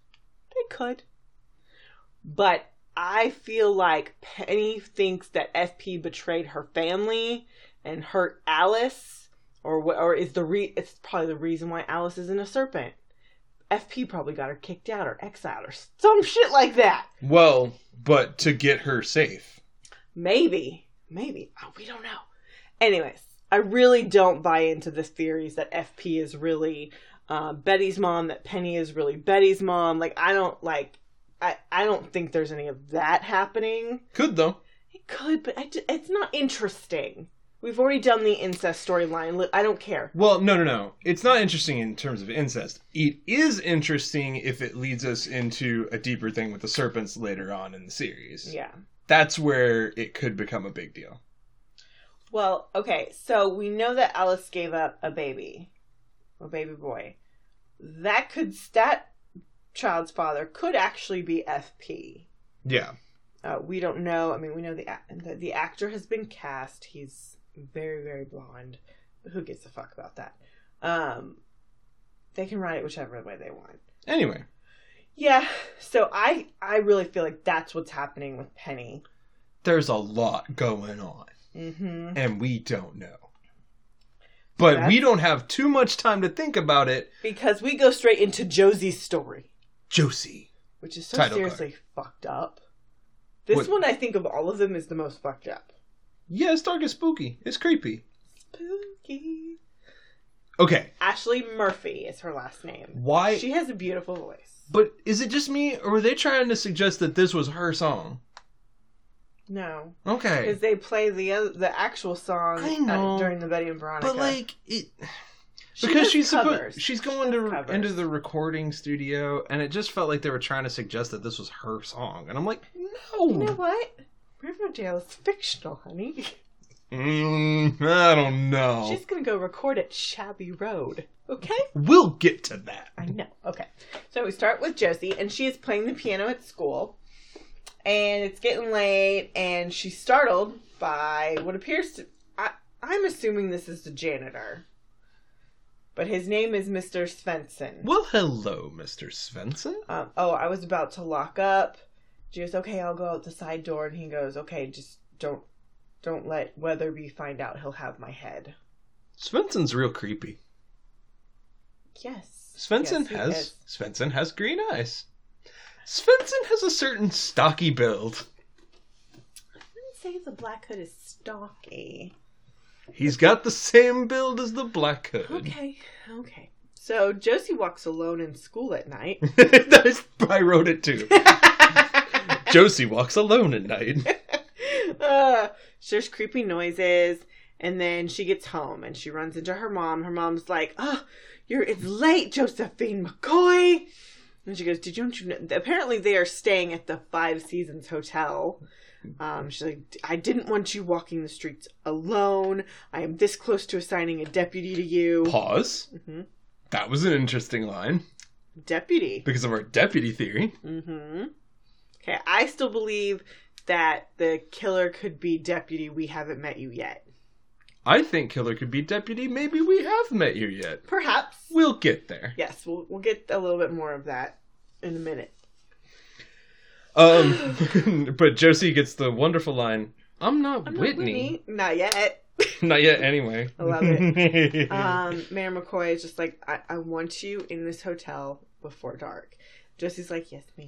Speaker 2: They could. But I feel like Penny thinks that FP betrayed her family and hurt Alice or wh- or is the re- it's probably the reason why Alice isn't a serpent. FP probably got her kicked out or exiled or some shit like that.
Speaker 3: Well, but to get her safe.
Speaker 2: Maybe. Maybe. Oh, we don't know. Anyways, I really don't buy into the theories that FP is really uh, Betty's mom, that Penny is really Betty's mom. Like, I don't like. I, I don't think there's any of that happening.
Speaker 3: Could though.
Speaker 2: It could, but I ju- it's not interesting. We've already done the incest storyline. Li- I don't care.
Speaker 3: Well, no, no, no. It's not interesting in terms of incest. It is interesting if it leads us into a deeper thing with the serpents later on in the series.
Speaker 2: Yeah.
Speaker 3: That's where it could become a big deal.
Speaker 2: Well, okay, so we know that Alice gave up a baby, a baby boy. That could that child's father could actually be FP.
Speaker 3: Yeah.
Speaker 2: Uh, we don't know. I mean, we know the, ac- the the actor has been cast. He's very very blonde. Who gives a fuck about that? Um, they can write it whichever way they want.
Speaker 3: Anyway,
Speaker 2: Yeah. So I I really feel like that's what's happening with Penny.
Speaker 3: there's a lot going on,
Speaker 2: Mm-hmm.
Speaker 3: and we don't know. But we
Speaker 2: That's-
Speaker 3: don't have too much time to think about it,
Speaker 2: Because we go straight into Josie's story.
Speaker 3: Josie.
Speaker 2: which is so
Speaker 3: Title
Speaker 2: seriously fucked up. This
Speaker 3: What-
Speaker 2: one, I think, of all of them, is the most fucked up.
Speaker 3: Yeah, it's dark and spooky. It's creepy.
Speaker 2: Spooky.
Speaker 3: Okay,
Speaker 2: Ashley Murphy is her last name.
Speaker 3: why?
Speaker 2: She has a beautiful voice.
Speaker 3: But is it just me, or were they trying to suggest that this was her song?
Speaker 2: No,
Speaker 3: Okay.
Speaker 2: because they play the oth- the actual song
Speaker 3: I
Speaker 2: uh,
Speaker 3: know.
Speaker 2: during the Betty and Veronica.
Speaker 3: But like it,
Speaker 2: She
Speaker 3: because
Speaker 2: does
Speaker 3: she's supposed
Speaker 2: covers.
Speaker 3: she's going to
Speaker 2: covers.
Speaker 3: into the recording studio, and it just felt like they were trying to suggest that this was her song, and I'm like, no,
Speaker 2: you know what? Riverdale is fictional, honey.
Speaker 3: Mm, I don't know.
Speaker 2: She's gonna go record at Shabby Road. Okay.
Speaker 3: We'll get to that.
Speaker 2: I know. Okay. So we start with Josie, and she is playing the piano at school. And it's getting late, and she's startled by what appears to. I, I'm assuming this is the janitor. But his name is Mr. Svensson.
Speaker 3: Well, hello, Mr. Svensson.
Speaker 2: Um, oh, I was about to lock up. She goes, okay, I'll go out the side door. And he goes, okay, just don't. Don't let Weatherby find out he'll have my head.
Speaker 3: Svensson's real creepy.
Speaker 2: Yes.
Speaker 3: Svensson
Speaker 2: Yes, he
Speaker 3: has
Speaker 2: is.
Speaker 3: Svensson has green eyes. Svensson has a certain stocky build.
Speaker 2: I wouldn't say the Black Hood is stalky.
Speaker 3: He's got the same build as the Black Hood. (laughs)
Speaker 2: Okay, okay. So Josie walks alone in school at night.
Speaker 3: That's, I wrote it too. (laughs) Josie walks alone at night.
Speaker 2: uh, there's creepy noises, and then she gets home and she runs into her mom. Her mom's like, "Oh, you're it's late, Josephine McCoy." And she goes, "Did you don't you know?" Apparently, they are staying at the Five Seasons Hotel. Um, she's like, "I didn't want you walking the streets alone. I am this close to assigning a deputy to you."
Speaker 3: Pause.
Speaker 2: Mhm.
Speaker 3: That was an interesting line
Speaker 2: Deputy.
Speaker 3: because of our deputy theory.
Speaker 2: Mm-hmm. Okay, I still believe that the killer could be deputy. We haven't met you yet.
Speaker 3: I think Killer could be deputy. Maybe we have met you yet.
Speaker 2: Perhaps.
Speaker 3: We'll get there.
Speaker 2: Yes, we'll we'll get a little bit more of that in a minute.
Speaker 3: Um, (laughs) but Josie gets the wonderful line. I'm not,
Speaker 2: I'm not
Speaker 3: Whitney.
Speaker 2: Not yet.
Speaker 3: (laughs) Not yet, anyway.
Speaker 2: I love
Speaker 3: (laughs) it.
Speaker 2: Um, Mayor McCoy is just like, I, I want you in this hotel before dark. Josie's like, yes, ma'am.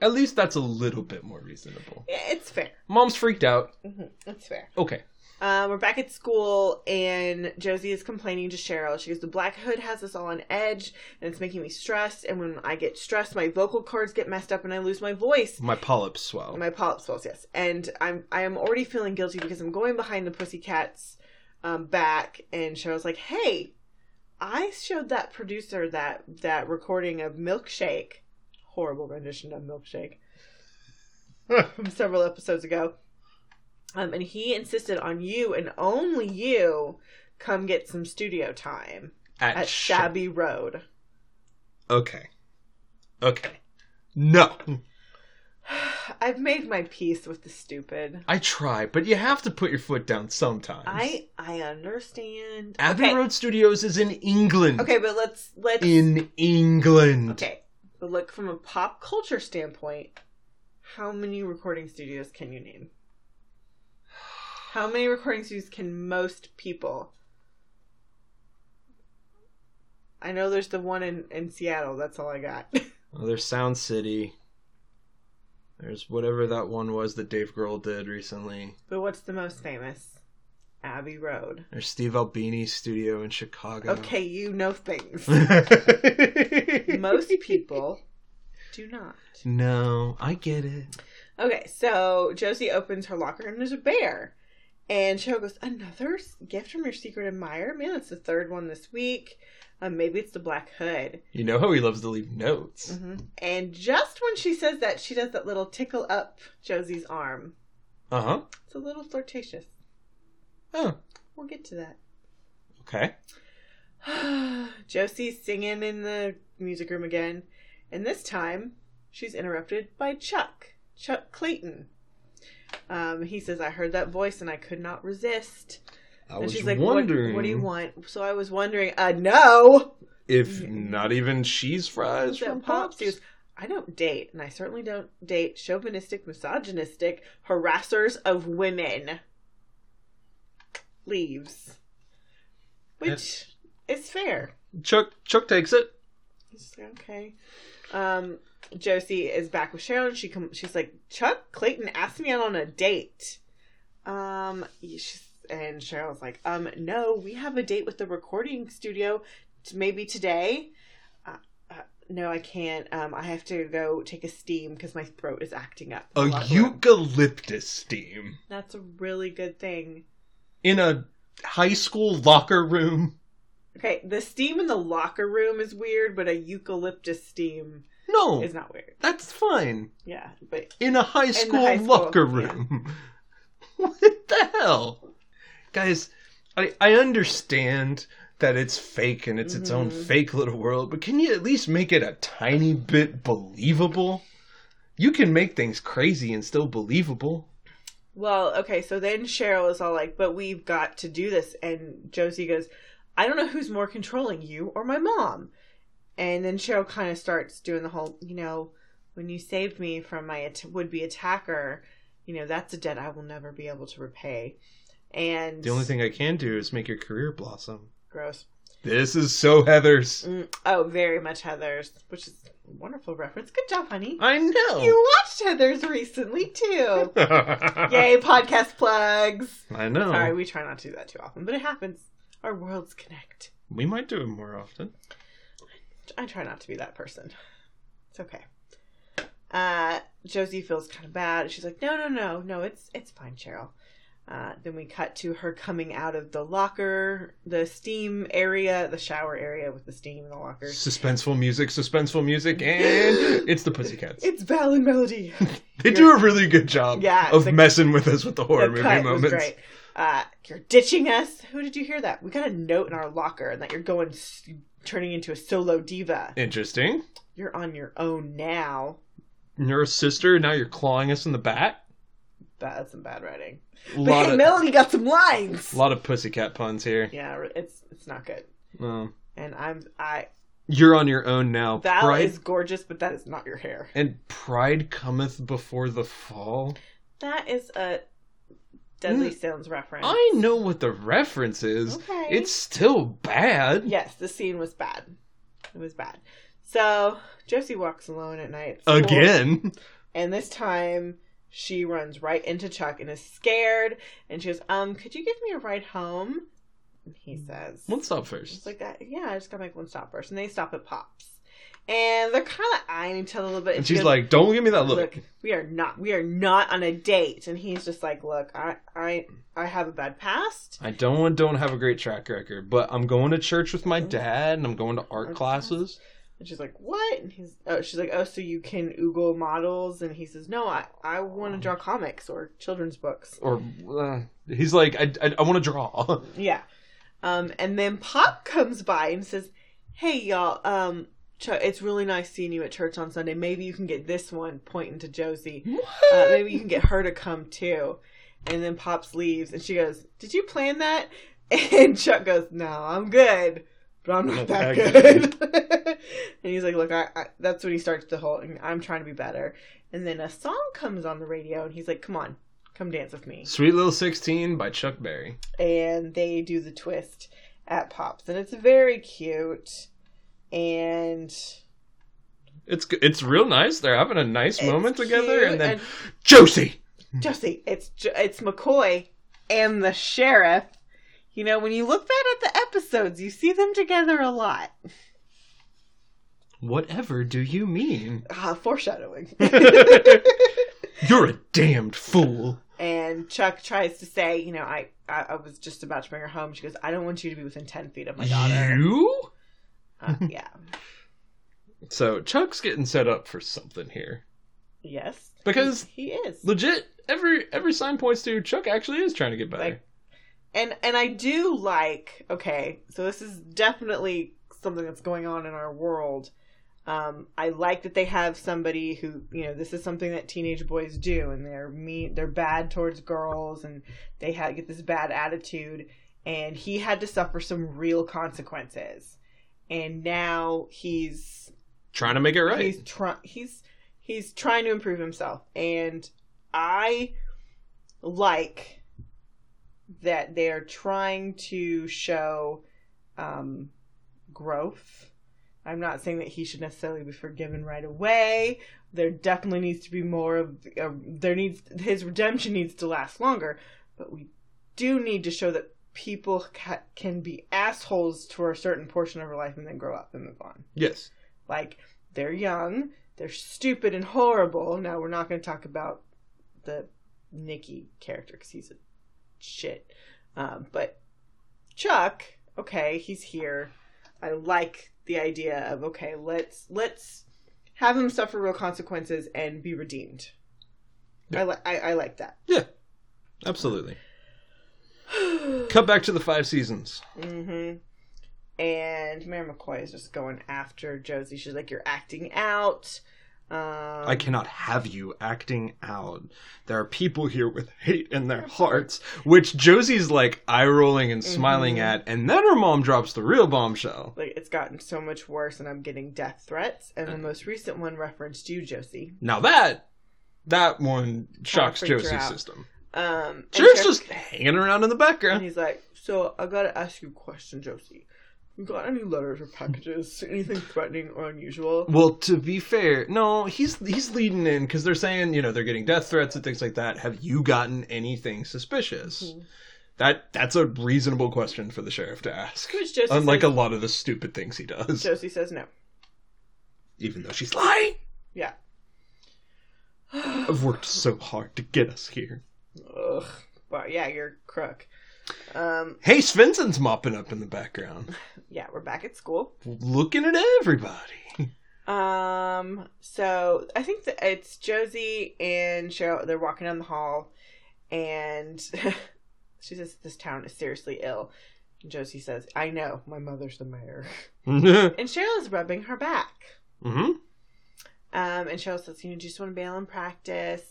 Speaker 3: At least that's a little bit more reasonable.
Speaker 2: Yeah, it's fair.
Speaker 3: Mom's freaked out.
Speaker 2: hmm It's fair.
Speaker 3: Okay.
Speaker 2: Um, we're back at school, and Josie is complaining to Cheryl. She goes, The Black Hood has us all on edge, and it's making me stressed. And when I get stressed, my vocal cords get messed up and I lose my voice.
Speaker 3: My polyps swell. (laughs)
Speaker 2: My polyp swells, yes. And I'm I am already feeling guilty because I'm going behind the pussycat's um, back. And Cheryl's like, Hey, I showed that producer that that recording of Milkshake, horrible rendition of Milkshake, from several episodes ago. Um, and he insisted on you and only you come get some studio time
Speaker 3: at
Speaker 2: at
Speaker 3: Sha-
Speaker 2: Shabby Road. (sighs)
Speaker 3: Okay. Okay. No.
Speaker 2: I've made my peace with the stupid.
Speaker 3: I try, but you have to put your foot down sometimes.
Speaker 2: I I understand.
Speaker 3: Abbey
Speaker 2: okay.
Speaker 3: Road Studios is in England.
Speaker 2: Okay, but let's let's
Speaker 3: In England.
Speaker 2: Okay. But look from a pop culture standpoint, how many recording studios can you name? How many recording studios can most people? I know there's the one in, in Seattle. That's all I got. (laughs)
Speaker 3: Well, there's Sound City. There's whatever that one was that Dave Grohl did recently.
Speaker 2: but what's the most famous? Abbey Road.
Speaker 3: There's Steve Albini's studio in Chicago. (laughs)
Speaker 2: Okay, you know things.
Speaker 4: Most
Speaker 2: Most people do not.
Speaker 3: no, I get it.
Speaker 2: Okay, so Josie opens her locker and there's a bear. And Cheryl goes, Another s- gift from your secret admirer? Man, that's the third one this week. Um, maybe it's the black hood.
Speaker 3: You know how he loves to leave notes.
Speaker 2: And just when she says that, she does that little tickle up Josie's arm.
Speaker 3: Uh huh.
Speaker 2: It's a little flirtatious.
Speaker 3: Oh,
Speaker 2: We'll get to that. (sighs)
Speaker 3: okay.
Speaker 2: Josie's singing in the music room again, and this time she's interrupted by Chuck, Chuck Clayton. Um, he says, I heard that voice and I could not resist.
Speaker 3: I
Speaker 2: and
Speaker 3: was
Speaker 2: she's like, "What-
Speaker 3: wondering
Speaker 2: What, do you want? So I was wondering, uh, no!
Speaker 3: if not even she's fries
Speaker 2: So
Speaker 3: from
Speaker 2: Pops
Speaker 3: Pops.
Speaker 2: goes, I don't date, and I certainly don't date chauvinistic, misogynistic harassers of women. Leaves. Which is fair.
Speaker 3: Chuck Chuck takes it.
Speaker 2: He's like, okay. Um, Josie is back with Cheryl, and she come. She's like, Chuck Clayton asked me out on a date. Um, she's, and Cheryl's like, um, no, we have a date with the recording studio, t- maybe today. Uh, uh, no, I can't. Um, I have to go take a steam because my throat is acting up.
Speaker 3: Oh,
Speaker 4: a eucalyptus steam
Speaker 2: That's a really good thing.
Speaker 4: in a high school locker room.
Speaker 2: Okay, the steam in the locker room is weird, but a eucalyptus steam
Speaker 3: Oh.
Speaker 4: No,
Speaker 2: is not weird.
Speaker 4: that's fine.
Speaker 2: Yeah, but
Speaker 4: In a high
Speaker 2: the
Speaker 4: school
Speaker 2: high school,
Speaker 4: locker
Speaker 2: yeah.
Speaker 4: room. (laughs) what the hell, guys? I I understand that it's fake and it's its own
Speaker 2: Mhm.
Speaker 4: fake little world, but can you at least make it a tiny bit believable? You can make things crazy and still believable.
Speaker 2: Well, okay, so then Cheryl is all like, but we've got to do this. And Josie goes, I don't know who's more controlling, you or my mom. And then Cheryl kind of starts doing the whole, you know, when you saved me from my at- would be attacker, you know, that's a debt I will never be able to repay. And
Speaker 3: The only thing I can do is make your career blossom.
Speaker 2: gross.
Speaker 4: This is so Heather's.
Speaker 2: Mm, oh, very much Heather's, which is a wonderful reference. Good job, honey.
Speaker 4: I
Speaker 3: Oh.
Speaker 4: know. (laughs)
Speaker 2: You watched Heather's recently,
Speaker 3: (laughs)
Speaker 2: too. Yay, podcast plugs.
Speaker 3: I
Speaker 4: Oh.
Speaker 3: know.
Speaker 2: Sorry, we try not to do that too often, but it happens. Our worlds connect.
Speaker 3: we might do it more often.
Speaker 2: I try not to be that person. It's okay. Uh, Josie feels kind of bad. She's like, "No, no, no, no. It's it's fine, Cheryl." Uh, then we cut to her coming out of the locker, the steam area, the shower area with the steam in the locker.
Speaker 4: Suspenseful music, suspenseful music, and it's the Pussycats.
Speaker 2: It's Val and Melody.
Speaker 4: They do a really good job
Speaker 2: Yeah,
Speaker 4: of
Speaker 2: the-
Speaker 4: messing with us with the (laughs) horror
Speaker 2: the
Speaker 4: movie
Speaker 2: cut was
Speaker 4: moments.
Speaker 2: great. Uh, you're ditching us. Who did you hear that? We got a note in our locker that you're going s- turning into a solo diva.
Speaker 4: Interesting.
Speaker 2: You're on your own now.
Speaker 4: You're a sister, now you're clawing us in the back.
Speaker 2: That's some bad writing.
Speaker 4: A
Speaker 2: But
Speaker 4: lot,
Speaker 2: (laughs) hey,
Speaker 4: of,
Speaker 2: Melody got some lines.
Speaker 3: A lot of pussycat puns here.
Speaker 2: Yeah, it's it's not good.
Speaker 3: Um,
Speaker 2: And I'm I
Speaker 3: you're on your own now.
Speaker 2: Val
Speaker 3: Pride
Speaker 2: is gorgeous, but that is not your hair.
Speaker 3: and pride cometh before the fall.
Speaker 2: That is a Deadly
Speaker 4: Mm.
Speaker 2: Sins reference.
Speaker 3: I know what the reference is.
Speaker 2: Okay.
Speaker 3: It's still bad.
Speaker 2: yes, the scene was bad. It was bad. So Josie walks alone at night at school,
Speaker 3: (laughs) Again.
Speaker 2: and this time she runs right into Chuck and is scared. And she goes, "Um, could you give me a ride home?" And he says,
Speaker 3: One stop first.
Speaker 2: It's like, I, yeah, I just gotta make one stop first. And they stop at Pops. And they're kind of eyeing each other a little bit.
Speaker 3: and
Speaker 2: she
Speaker 3: she's
Speaker 2: goes,
Speaker 3: like, "Don't give me that
Speaker 2: look,
Speaker 3: look."
Speaker 2: we are not, we are not on a date. And he's just like, look, I, I, I have a bad past.
Speaker 3: I don't want don't have a great track record, but I'm going to church with my dad and I'm going to art
Speaker 2: Oh. Art
Speaker 3: classes.
Speaker 2: And she's like, what? And he's, oh, she's like, oh, so you can oogle models? And he says, no, I, I want to draw comics or children's books.
Speaker 3: Or uh, he's like, "I I, I want to draw." (laughs)
Speaker 2: Yeah. Um, and then Pop comes by and says, "Hey y'all, um, Ch- it's really nice seeing you at church on Sunday. Maybe you can get this one pointing to Josie. Uh, maybe you can get her to come too." And then Pops leaves, and she goes, "Did you plan that?" (laughs) And Chuck goes, "No, I'm good, but I'm not that
Speaker 3: (laughs)
Speaker 2: good." (laughs) and he's like, "Look, I, I." That's when he starts to whole. I'm trying to be better. And then a song comes on the radio, and he's like, "Come on, come dance with me."
Speaker 3: Sweet Little Sixteen by Chuck Berry.
Speaker 2: and they do the twist at Pops, and it's very cute. and
Speaker 3: It's g- it's real nice. They're having a nice moment
Speaker 2: it's
Speaker 3: together,
Speaker 2: cute,
Speaker 3: and then Josie.
Speaker 2: Jesse, it's J- it's McCoy and the sheriff. You know, when you look back at the episodes, you see them together a lot.
Speaker 3: Whatever do
Speaker 2: (laughs)
Speaker 3: you mean?
Speaker 2: Ah, foreshadowing.
Speaker 3: You're a damned fool.
Speaker 2: (laughs) and Chuck tries to say, you know, I, I I was just about to bring her home. She goes, I don't want you to be within ten feet of my daughter.
Speaker 3: You?
Speaker 2: Uh, yeah.
Speaker 3: So Chuck's getting set up for something here.
Speaker 2: Yes.
Speaker 3: Because-
Speaker 2: he, he is.
Speaker 3: Legit, every every sign points to Chuck actually is trying to get better.
Speaker 2: Like- and and I do like okay, so this is definitely something that's going on in our world. Um, I like that they have somebody who you know this is something that teenage boys do, and they're mean, they're bad towards girls, and they ha- get this bad attitude. And he had to suffer some real consequences, and now he's
Speaker 3: trying to make it right.
Speaker 2: He's trying. He's he's trying to improve himself, and I like that they're trying to show um, growth. I'm not saying that he should necessarily be forgiven right away. There definitely needs to be more of uh, there needs his redemption needs to last longer, but we do need to show that people ca- can be assholes for a certain portion of their life and then grow up and move on.
Speaker 3: yes.
Speaker 2: Like they're young, they're stupid and horrible. Now we're not going to talk about the Nicky character because he's a shit. Um, but Chuck, okay, he's here. I like the idea of okay, let's let's have him suffer real consequences and be redeemed. I, li- I I like that. (gasps)
Speaker 3: Yeah. Absolutely. Cut back to the five seasons.
Speaker 2: hmm And Mary McCoy is just going after Josie. She's like, "You're acting out." Um,
Speaker 3: I cannot have you acting out. There are people here with hate in their hearts, which Josie's like eye rolling and smiling
Speaker 2: Mhm.
Speaker 3: at, and then her mom drops the real bombshell.
Speaker 2: like it's gotten so much worse and i'm getting death threats and
Speaker 3: Mm.
Speaker 2: the most recent one referenced you josie
Speaker 3: Now that that one shocks
Speaker 2: freaked her
Speaker 3: Josie's
Speaker 2: out.
Speaker 3: system.
Speaker 2: um and
Speaker 3: Jared's
Speaker 2: Jared-
Speaker 3: just hanging around in the
Speaker 2: and
Speaker 3: background.
Speaker 2: he's like so i gotta ask you a question josie you got any letters or
Speaker 3: (laughs)
Speaker 2: packages anything threatening or unusual
Speaker 3: Well, to be fair, no, he's he's leading in because they're saying you know they're getting death threats and things like that. Have you gotten anything suspicious?
Speaker 2: Mhm.
Speaker 3: That that's a reasonable question for the sheriff to ask.
Speaker 2: which josie
Speaker 3: Unlike a
Speaker 2: says,
Speaker 3: lot of the stupid things he does,
Speaker 2: josie says no
Speaker 3: even though she's lying.
Speaker 2: yeah
Speaker 3: I've worked so hard to get us here.
Speaker 2: (gasps) Ugh. Well, yeah, you're a crook. Um,
Speaker 3: Hey, Svensson's mopping up in the background,
Speaker 2: yeah, we're back at school.
Speaker 3: looking at everybody. (laughs)
Speaker 2: Um, so I think that it's Josie and Cheryl. They're walking down the hall, and (laughs) she says, "This town is seriously ill." And Josie says, "I know. My mother's the mayor." (laughs)
Speaker 3: mm-hmm.
Speaker 2: And Cheryl is rubbing her back. Um, and Cheryl says, "You know, do you just want to bail and practice?"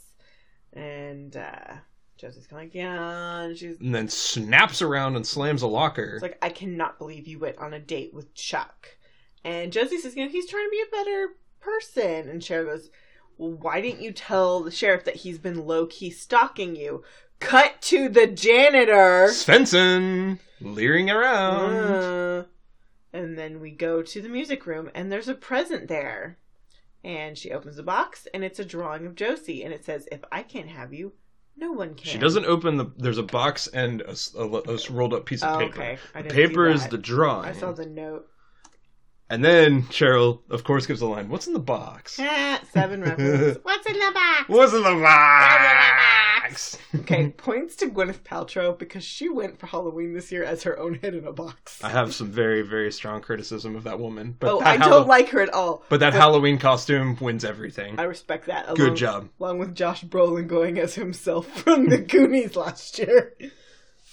Speaker 2: And uh, Josie's kind of like, "Yeah." And she's
Speaker 3: And then snaps around and slams a locker.
Speaker 2: It's like, I cannot believe you went on a date with Chuck. And Josie says, you know, he's trying to be a better person. And Cheryl goes, well, why didn't you tell the sheriff that he's been low key stalking you? Cut to the janitor.
Speaker 3: Svensson leering around.
Speaker 2: Uh, and then we go to the music room, and there's a present there. And she opens the box, and it's a drawing of Josie. And it says, if I can't have you, no one can.
Speaker 3: She doesn't open the. There's a box and a, s- a l- a s- rolled up piece of
Speaker 2: Oh,
Speaker 3: paper.
Speaker 2: okay. I
Speaker 3: The
Speaker 2: didn't see
Speaker 3: paper is
Speaker 2: that.
Speaker 3: the drawing.
Speaker 2: I saw the note.
Speaker 3: And then Cheryl, of course, gives the line, "What's in the box?
Speaker 2: Ah, (laughs) seven
Speaker 3: (laughs)
Speaker 2: reference. What's in the box?
Speaker 3: What's in the box?"
Speaker 2: Okay, points to Gwyneth Paltrow because she went for Halloween this year as her own head in a box.
Speaker 3: (laughs) I have some very, very strong criticism of that woman, but
Speaker 2: oh,
Speaker 3: that
Speaker 2: I
Speaker 3: Hallow-
Speaker 2: don't like her at all.
Speaker 3: But that Halloween costume wins everything.
Speaker 2: I respect that. Along,
Speaker 3: Good job.
Speaker 2: Along with Josh Brolin going as himself (laughs) from the Goonies last year.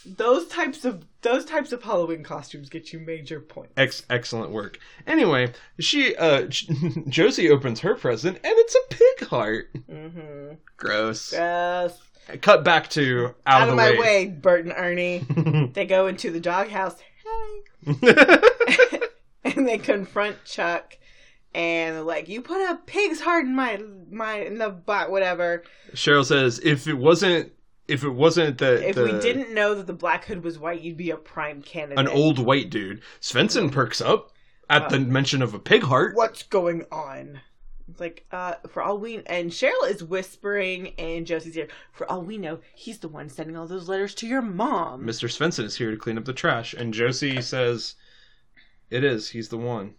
Speaker 2: Those types of those types of Halloween costumes get you major points.
Speaker 3: Ex- excellent work. Anyway, she uh (laughs) J- Josie opens her present and it's a pig heart.
Speaker 2: Mm-hmm.
Speaker 3: Gross.
Speaker 2: Yes.
Speaker 3: Cut back to
Speaker 2: Out
Speaker 3: out, of
Speaker 2: of
Speaker 3: the
Speaker 2: my way. Bert and Ernie.
Speaker 3: (laughs)
Speaker 2: they go into the doghouse. Hey. (laughs) and they confront Chuck and they're like, "You put a pig's heart in my my in the box, whatever."
Speaker 3: Cheryl says if it wasn't if it wasn't the
Speaker 2: If we
Speaker 3: the-
Speaker 2: didn't know that the Black Hood was white, you'd be a prime candidate.
Speaker 3: an old white dude, Svensson perks up. at the mention of a pig heart.
Speaker 2: what's going on? It's like, uh, for all we and Cheryl is whispering in Josie's ear. For all we know, he's the one sending all those letters to your mom.
Speaker 3: Mr. Svensson is here to clean up the trash, and Josie says, "It is. He's the one."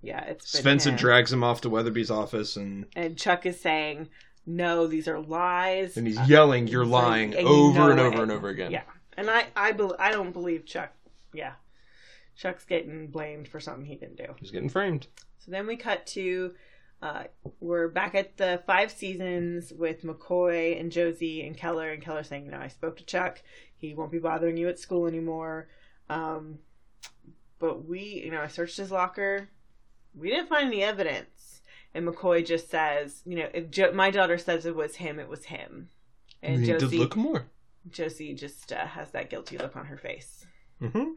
Speaker 2: yeah, it's been
Speaker 3: Svensson
Speaker 2: him.
Speaker 3: drags him off to Weatherby's office, and
Speaker 2: and Chuck is saying, "No, these are lies."
Speaker 3: and he's yelling, "You're
Speaker 2: Uh, It's like,
Speaker 3: lying,"
Speaker 2: and you know
Speaker 3: over and
Speaker 2: it.
Speaker 3: over and over again.
Speaker 2: Yeah, and I I bel I don't believe Chuck. Yeah, Chuck's getting blamed for something he didn't do.
Speaker 3: He's getting framed.
Speaker 2: So then we cut to. Uh, we're back at the five seasons with McCoy and Josie and Keller, and Keller saying, "No, I spoke to Chuck. He won't be bothering you at school anymore." Um, but we, you know, I searched his locker. We didn't find any evidence, and McCoy just says, "You know, if jo- my daughter says it was him, it was him."
Speaker 3: And he did look more.
Speaker 2: Josie just uh, has that guilty look on her face.
Speaker 3: Mm-hmm.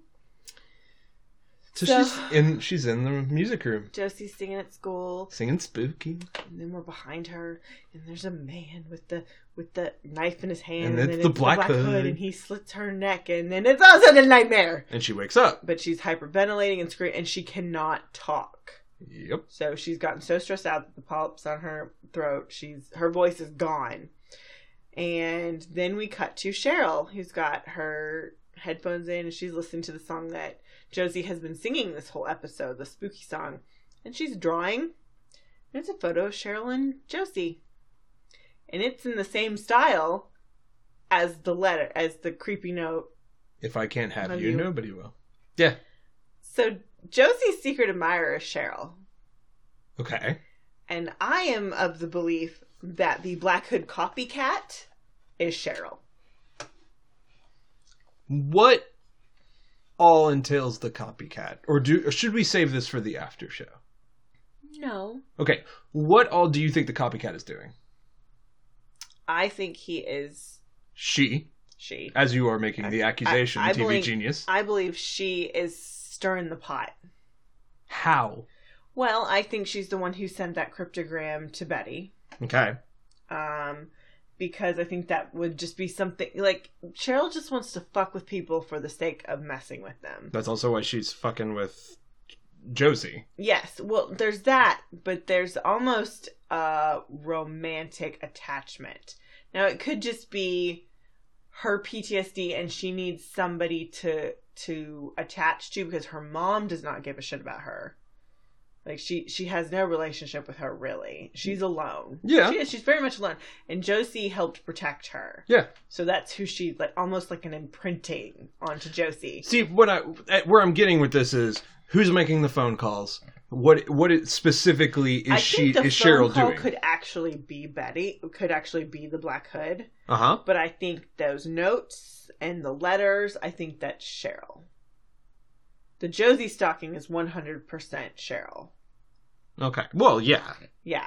Speaker 3: So,
Speaker 2: So-
Speaker 3: she's in. She's in the music room
Speaker 2: Josie's singing at school,
Speaker 3: singing "Spooky,"
Speaker 2: and then we're behind her, and there's a man with the with the knife in his hand,
Speaker 3: And
Speaker 2: then
Speaker 3: it's the Black Hood.
Speaker 2: and he slits her neck, and then it's also the nightmare.
Speaker 3: and she wakes up.
Speaker 2: But she's hyperventilating and screaming, and she cannot talk.
Speaker 3: Yep.
Speaker 2: So she's gotten so stressed out that the polyps on her throat, she's her voice is gone. And then we cut to Cheryl, who's got her headphones in and she's listening to the song that Josie has been singing this whole episode, the spooky song. And she's drawing. And it's a photo of Cheryl and Josie. And it's in the same style as the letter as the creepy note
Speaker 3: If I can't have
Speaker 2: Love
Speaker 3: you,
Speaker 2: you.
Speaker 3: nobody will.
Speaker 2: So Josie's secret admirer is Cheryl.
Speaker 3: Okay.
Speaker 2: And I am of the belief that the Black Hood copycat is Cheryl.
Speaker 3: What all entails the copycat, or do or should we save this for the after show?
Speaker 2: No.
Speaker 3: Okay. What all do you think the copycat is doing?
Speaker 2: I think he is
Speaker 3: She,
Speaker 2: she.
Speaker 3: as you are making the accusation,
Speaker 2: I
Speaker 3: TV
Speaker 2: believe-
Speaker 3: genius.
Speaker 2: I believe she is stirring the pot.
Speaker 3: How?
Speaker 2: Well, I think she's the one who sent that cryptogram to Betty.
Speaker 3: Okay.
Speaker 2: Um because I think that would just be something like Cheryl just wants to fuck with people for the sake of messing with them.
Speaker 3: That's also why she's fucking with Josie.
Speaker 2: Yes, well, there's that, but there's almost a romantic attachment. Now, it could just be her PTSD and she needs somebody to to attach to because her mom does not give a shit about her. Like she she has no relationship with her really. She's alone.
Speaker 3: Yeah.
Speaker 2: She is, she's very much alone. And Josie helped protect her.
Speaker 3: Yeah.
Speaker 2: So that's who she like almost like an imprinting onto Josie.
Speaker 3: See what I eh, where I'm getting with this is who's making the phone calls. What what it specifically is
Speaker 2: I
Speaker 3: she
Speaker 2: think the
Speaker 3: is
Speaker 2: phone
Speaker 3: Cheryl
Speaker 2: call
Speaker 3: doing?
Speaker 2: could actually be Betty, could actually be the Black Hood,
Speaker 3: Uh huh.
Speaker 2: but I think those notes and the letters, I think that's Cheryl. The Josie stalking is 100% Cheryl.
Speaker 3: Okay. Well, yeah.
Speaker 2: Yeah.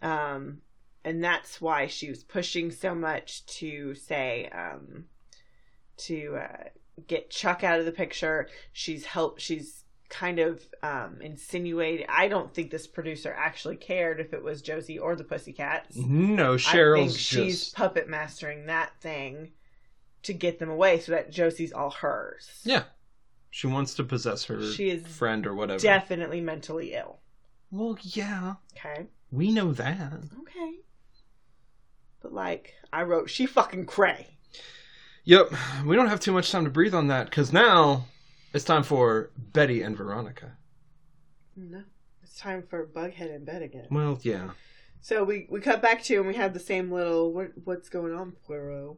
Speaker 2: Um, and that's why she was pushing so much to say, um, to uh, get Chuck out of the picture. She's helped, she's kind of um, insinuated. I don't think this producer actually cared if it was Josie or the Pussycats.
Speaker 3: No,
Speaker 2: I think
Speaker 3: Mm-hmm. Cheryl's
Speaker 2: she's
Speaker 3: just
Speaker 2: puppet mastering that thing to get them away so that Josie's all hers.
Speaker 3: yeah. She wants to possess her
Speaker 2: She is
Speaker 3: friend or whatever.
Speaker 2: Definitely mentally ill.
Speaker 3: Well, yeah.
Speaker 2: Okay.
Speaker 3: We know that.
Speaker 2: Okay. But like I wrote, she fucking cray.
Speaker 3: Yep. We don't have too much time to breathe on that because now it's time for Betty and Veronica.
Speaker 2: No. It's time for Bughead in bed again.
Speaker 3: Well, yeah.
Speaker 2: So we, we cut back to and we have the same little what, what's going on, Poirot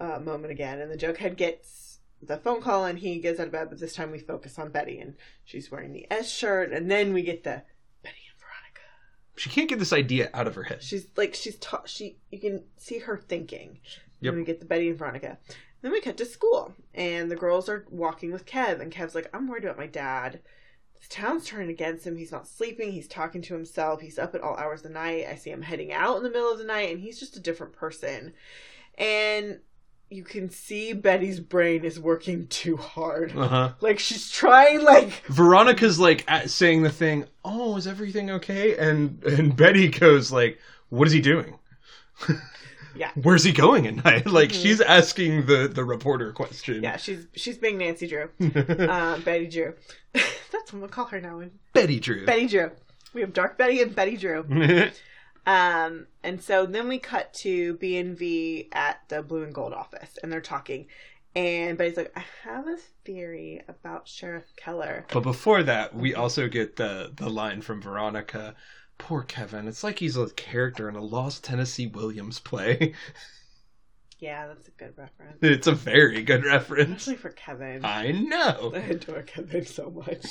Speaker 2: uh, moment again. And the Jughead gets the phone call and he gets out of bed, but this time we focus on Betty and she's wearing the S shirt. And then we get the Betty and Veronica.
Speaker 3: She can't get this idea out of her head.
Speaker 2: She's like she's taught. She you can see her thinking.
Speaker 3: Yep.
Speaker 2: Then we get the Betty and Veronica. Then we cut to school, and the girls are walking with Kev, and Kev's like, "I'm worried about my dad. This town's turning against him. He's not sleeping. He's talking to himself. He's up at all hours of the night. I see him heading out in the middle of the night, and he's just a different person." And you can see Betty's brain is working too hard.
Speaker 3: Uh huh.
Speaker 2: Like she's trying, like
Speaker 3: Veronica's like at, saying the thing, "Oh, is everything okay?" And and Betty goes like, "What is he doing?
Speaker 2: (laughs) Yeah.
Speaker 3: where's he going at night?" (laughs) Like
Speaker 2: Mhm.
Speaker 3: she's asking the the reporter question.
Speaker 2: yeah, she's she's being Nancy Drew. (laughs) uh, Betty Drew. That's I'm gonna call her now.
Speaker 3: (laughs) Betty Drew.
Speaker 2: Betty Drew. We have Dark Betty and Betty Drew. Um, and so then we cut to B and V at the Blue and Gold office, and they're talking. And Betty's like, "I have a theory about Sheriff Keller."
Speaker 3: (laughs) but before that, we also get the the line from Veronica. Poor Kevin. It's like he's a character in a lost Tennessee Williams play. (laughs)
Speaker 2: Yeah, that's a good reference,
Speaker 3: It's a very good
Speaker 2: (laughs)
Speaker 3: reference.
Speaker 2: especially for Kevin.
Speaker 3: I know.
Speaker 2: (laughs)
Speaker 3: (laughs)
Speaker 2: I adore Kevin so much.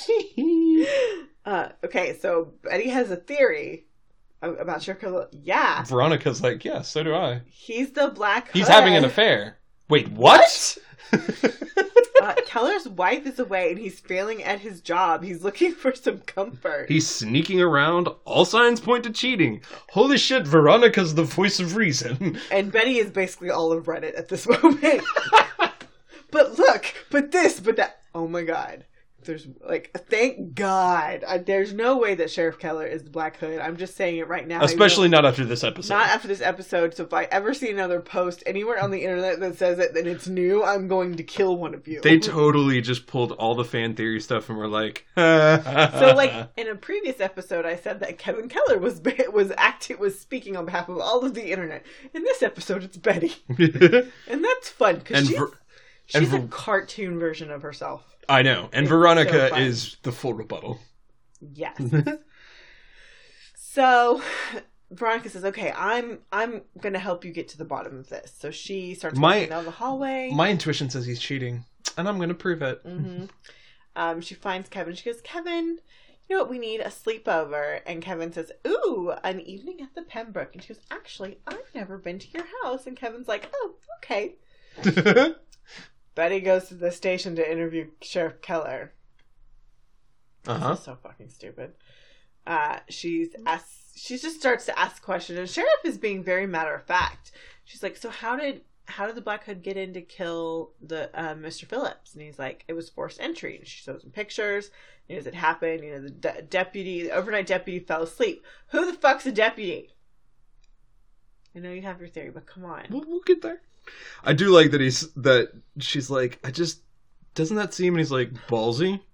Speaker 2: uh, okay, so Betty has a theory a- about Sheriff Keller. Yeah,
Speaker 3: Veronica's like, yeah, so do I.
Speaker 2: he's the Black.
Speaker 3: He's
Speaker 2: Hood.
Speaker 3: having
Speaker 2: (laughs)
Speaker 3: an affair. Wait, what?
Speaker 2: uh, Keller's wife is away, and he's failing at his job. He's looking for some comfort.
Speaker 3: He's sneaking around. All signs point to cheating. Holy shit, Veronica's the voice of (laughs) reason.
Speaker 2: And Betty is basically all of Reddit at this (laughs) moment. but look, but this, but that. Oh my god. There's like, thank God. I, there's no way that Sheriff Keller is the Black Hood. I'm just saying it right now.
Speaker 3: Especially not after this
Speaker 2: Even-
Speaker 3: episode.
Speaker 2: not after this episode. So if I ever see another post anywhere on the internet that says it, then it's new. I'm going to kill one of you.
Speaker 3: they totally just pulled all the fan theory stuff and were like, (laughs)
Speaker 2: so
Speaker 3: so
Speaker 2: like in a previous episode, I said that Kevin Keller was was acting was speaking on behalf of all of the internet. In this episode, it's Betty, and that's fun because
Speaker 3: and
Speaker 2: she's
Speaker 3: Ver-
Speaker 2: She's
Speaker 3: And
Speaker 2: a cartoon version of herself.
Speaker 3: (laughs) I know, and
Speaker 2: It's so
Speaker 3: Veronica
Speaker 2: fun.
Speaker 3: is the full rebuttal. (laughs)
Speaker 2: Yes. so (sighs) Veronica says, "Okay, I'm I'm gonna help you get to the bottom of this." So she starts
Speaker 3: My-
Speaker 2: walking down the hallway.
Speaker 3: My intuition says he's cheating, and I'm gonna prove (laughs) it.
Speaker 2: hmm Um, she finds Kevin. She goes, "Kevin, you know what? We need a sleepover." And Kevin says, "Ooh, an evening at the Pembroke." And she goes, "Actually, I've never been to your house." And Kevin's like, "Oh, okay." Betty goes to the station to interview Sheriff Keller.
Speaker 3: uh huh.
Speaker 2: This is so fucking stupid. Uh, she's asks, she just starts to ask questions, and sheriff is being very matter of fact. She's like, "So how did how did the Black Hood get in to kill the uh, Mr. Phillips?" And he's like, "It was forced entry." And she shows him pictures. And as it happened, you know, the de- deputy, the overnight deputy, fell asleep. Who the fuck's a deputy? I know you have your theory, but come on.
Speaker 3: We'll, we'll get there. I do like that he's that she's like, I just doesn't that seem? And he's like, ballsy. (laughs)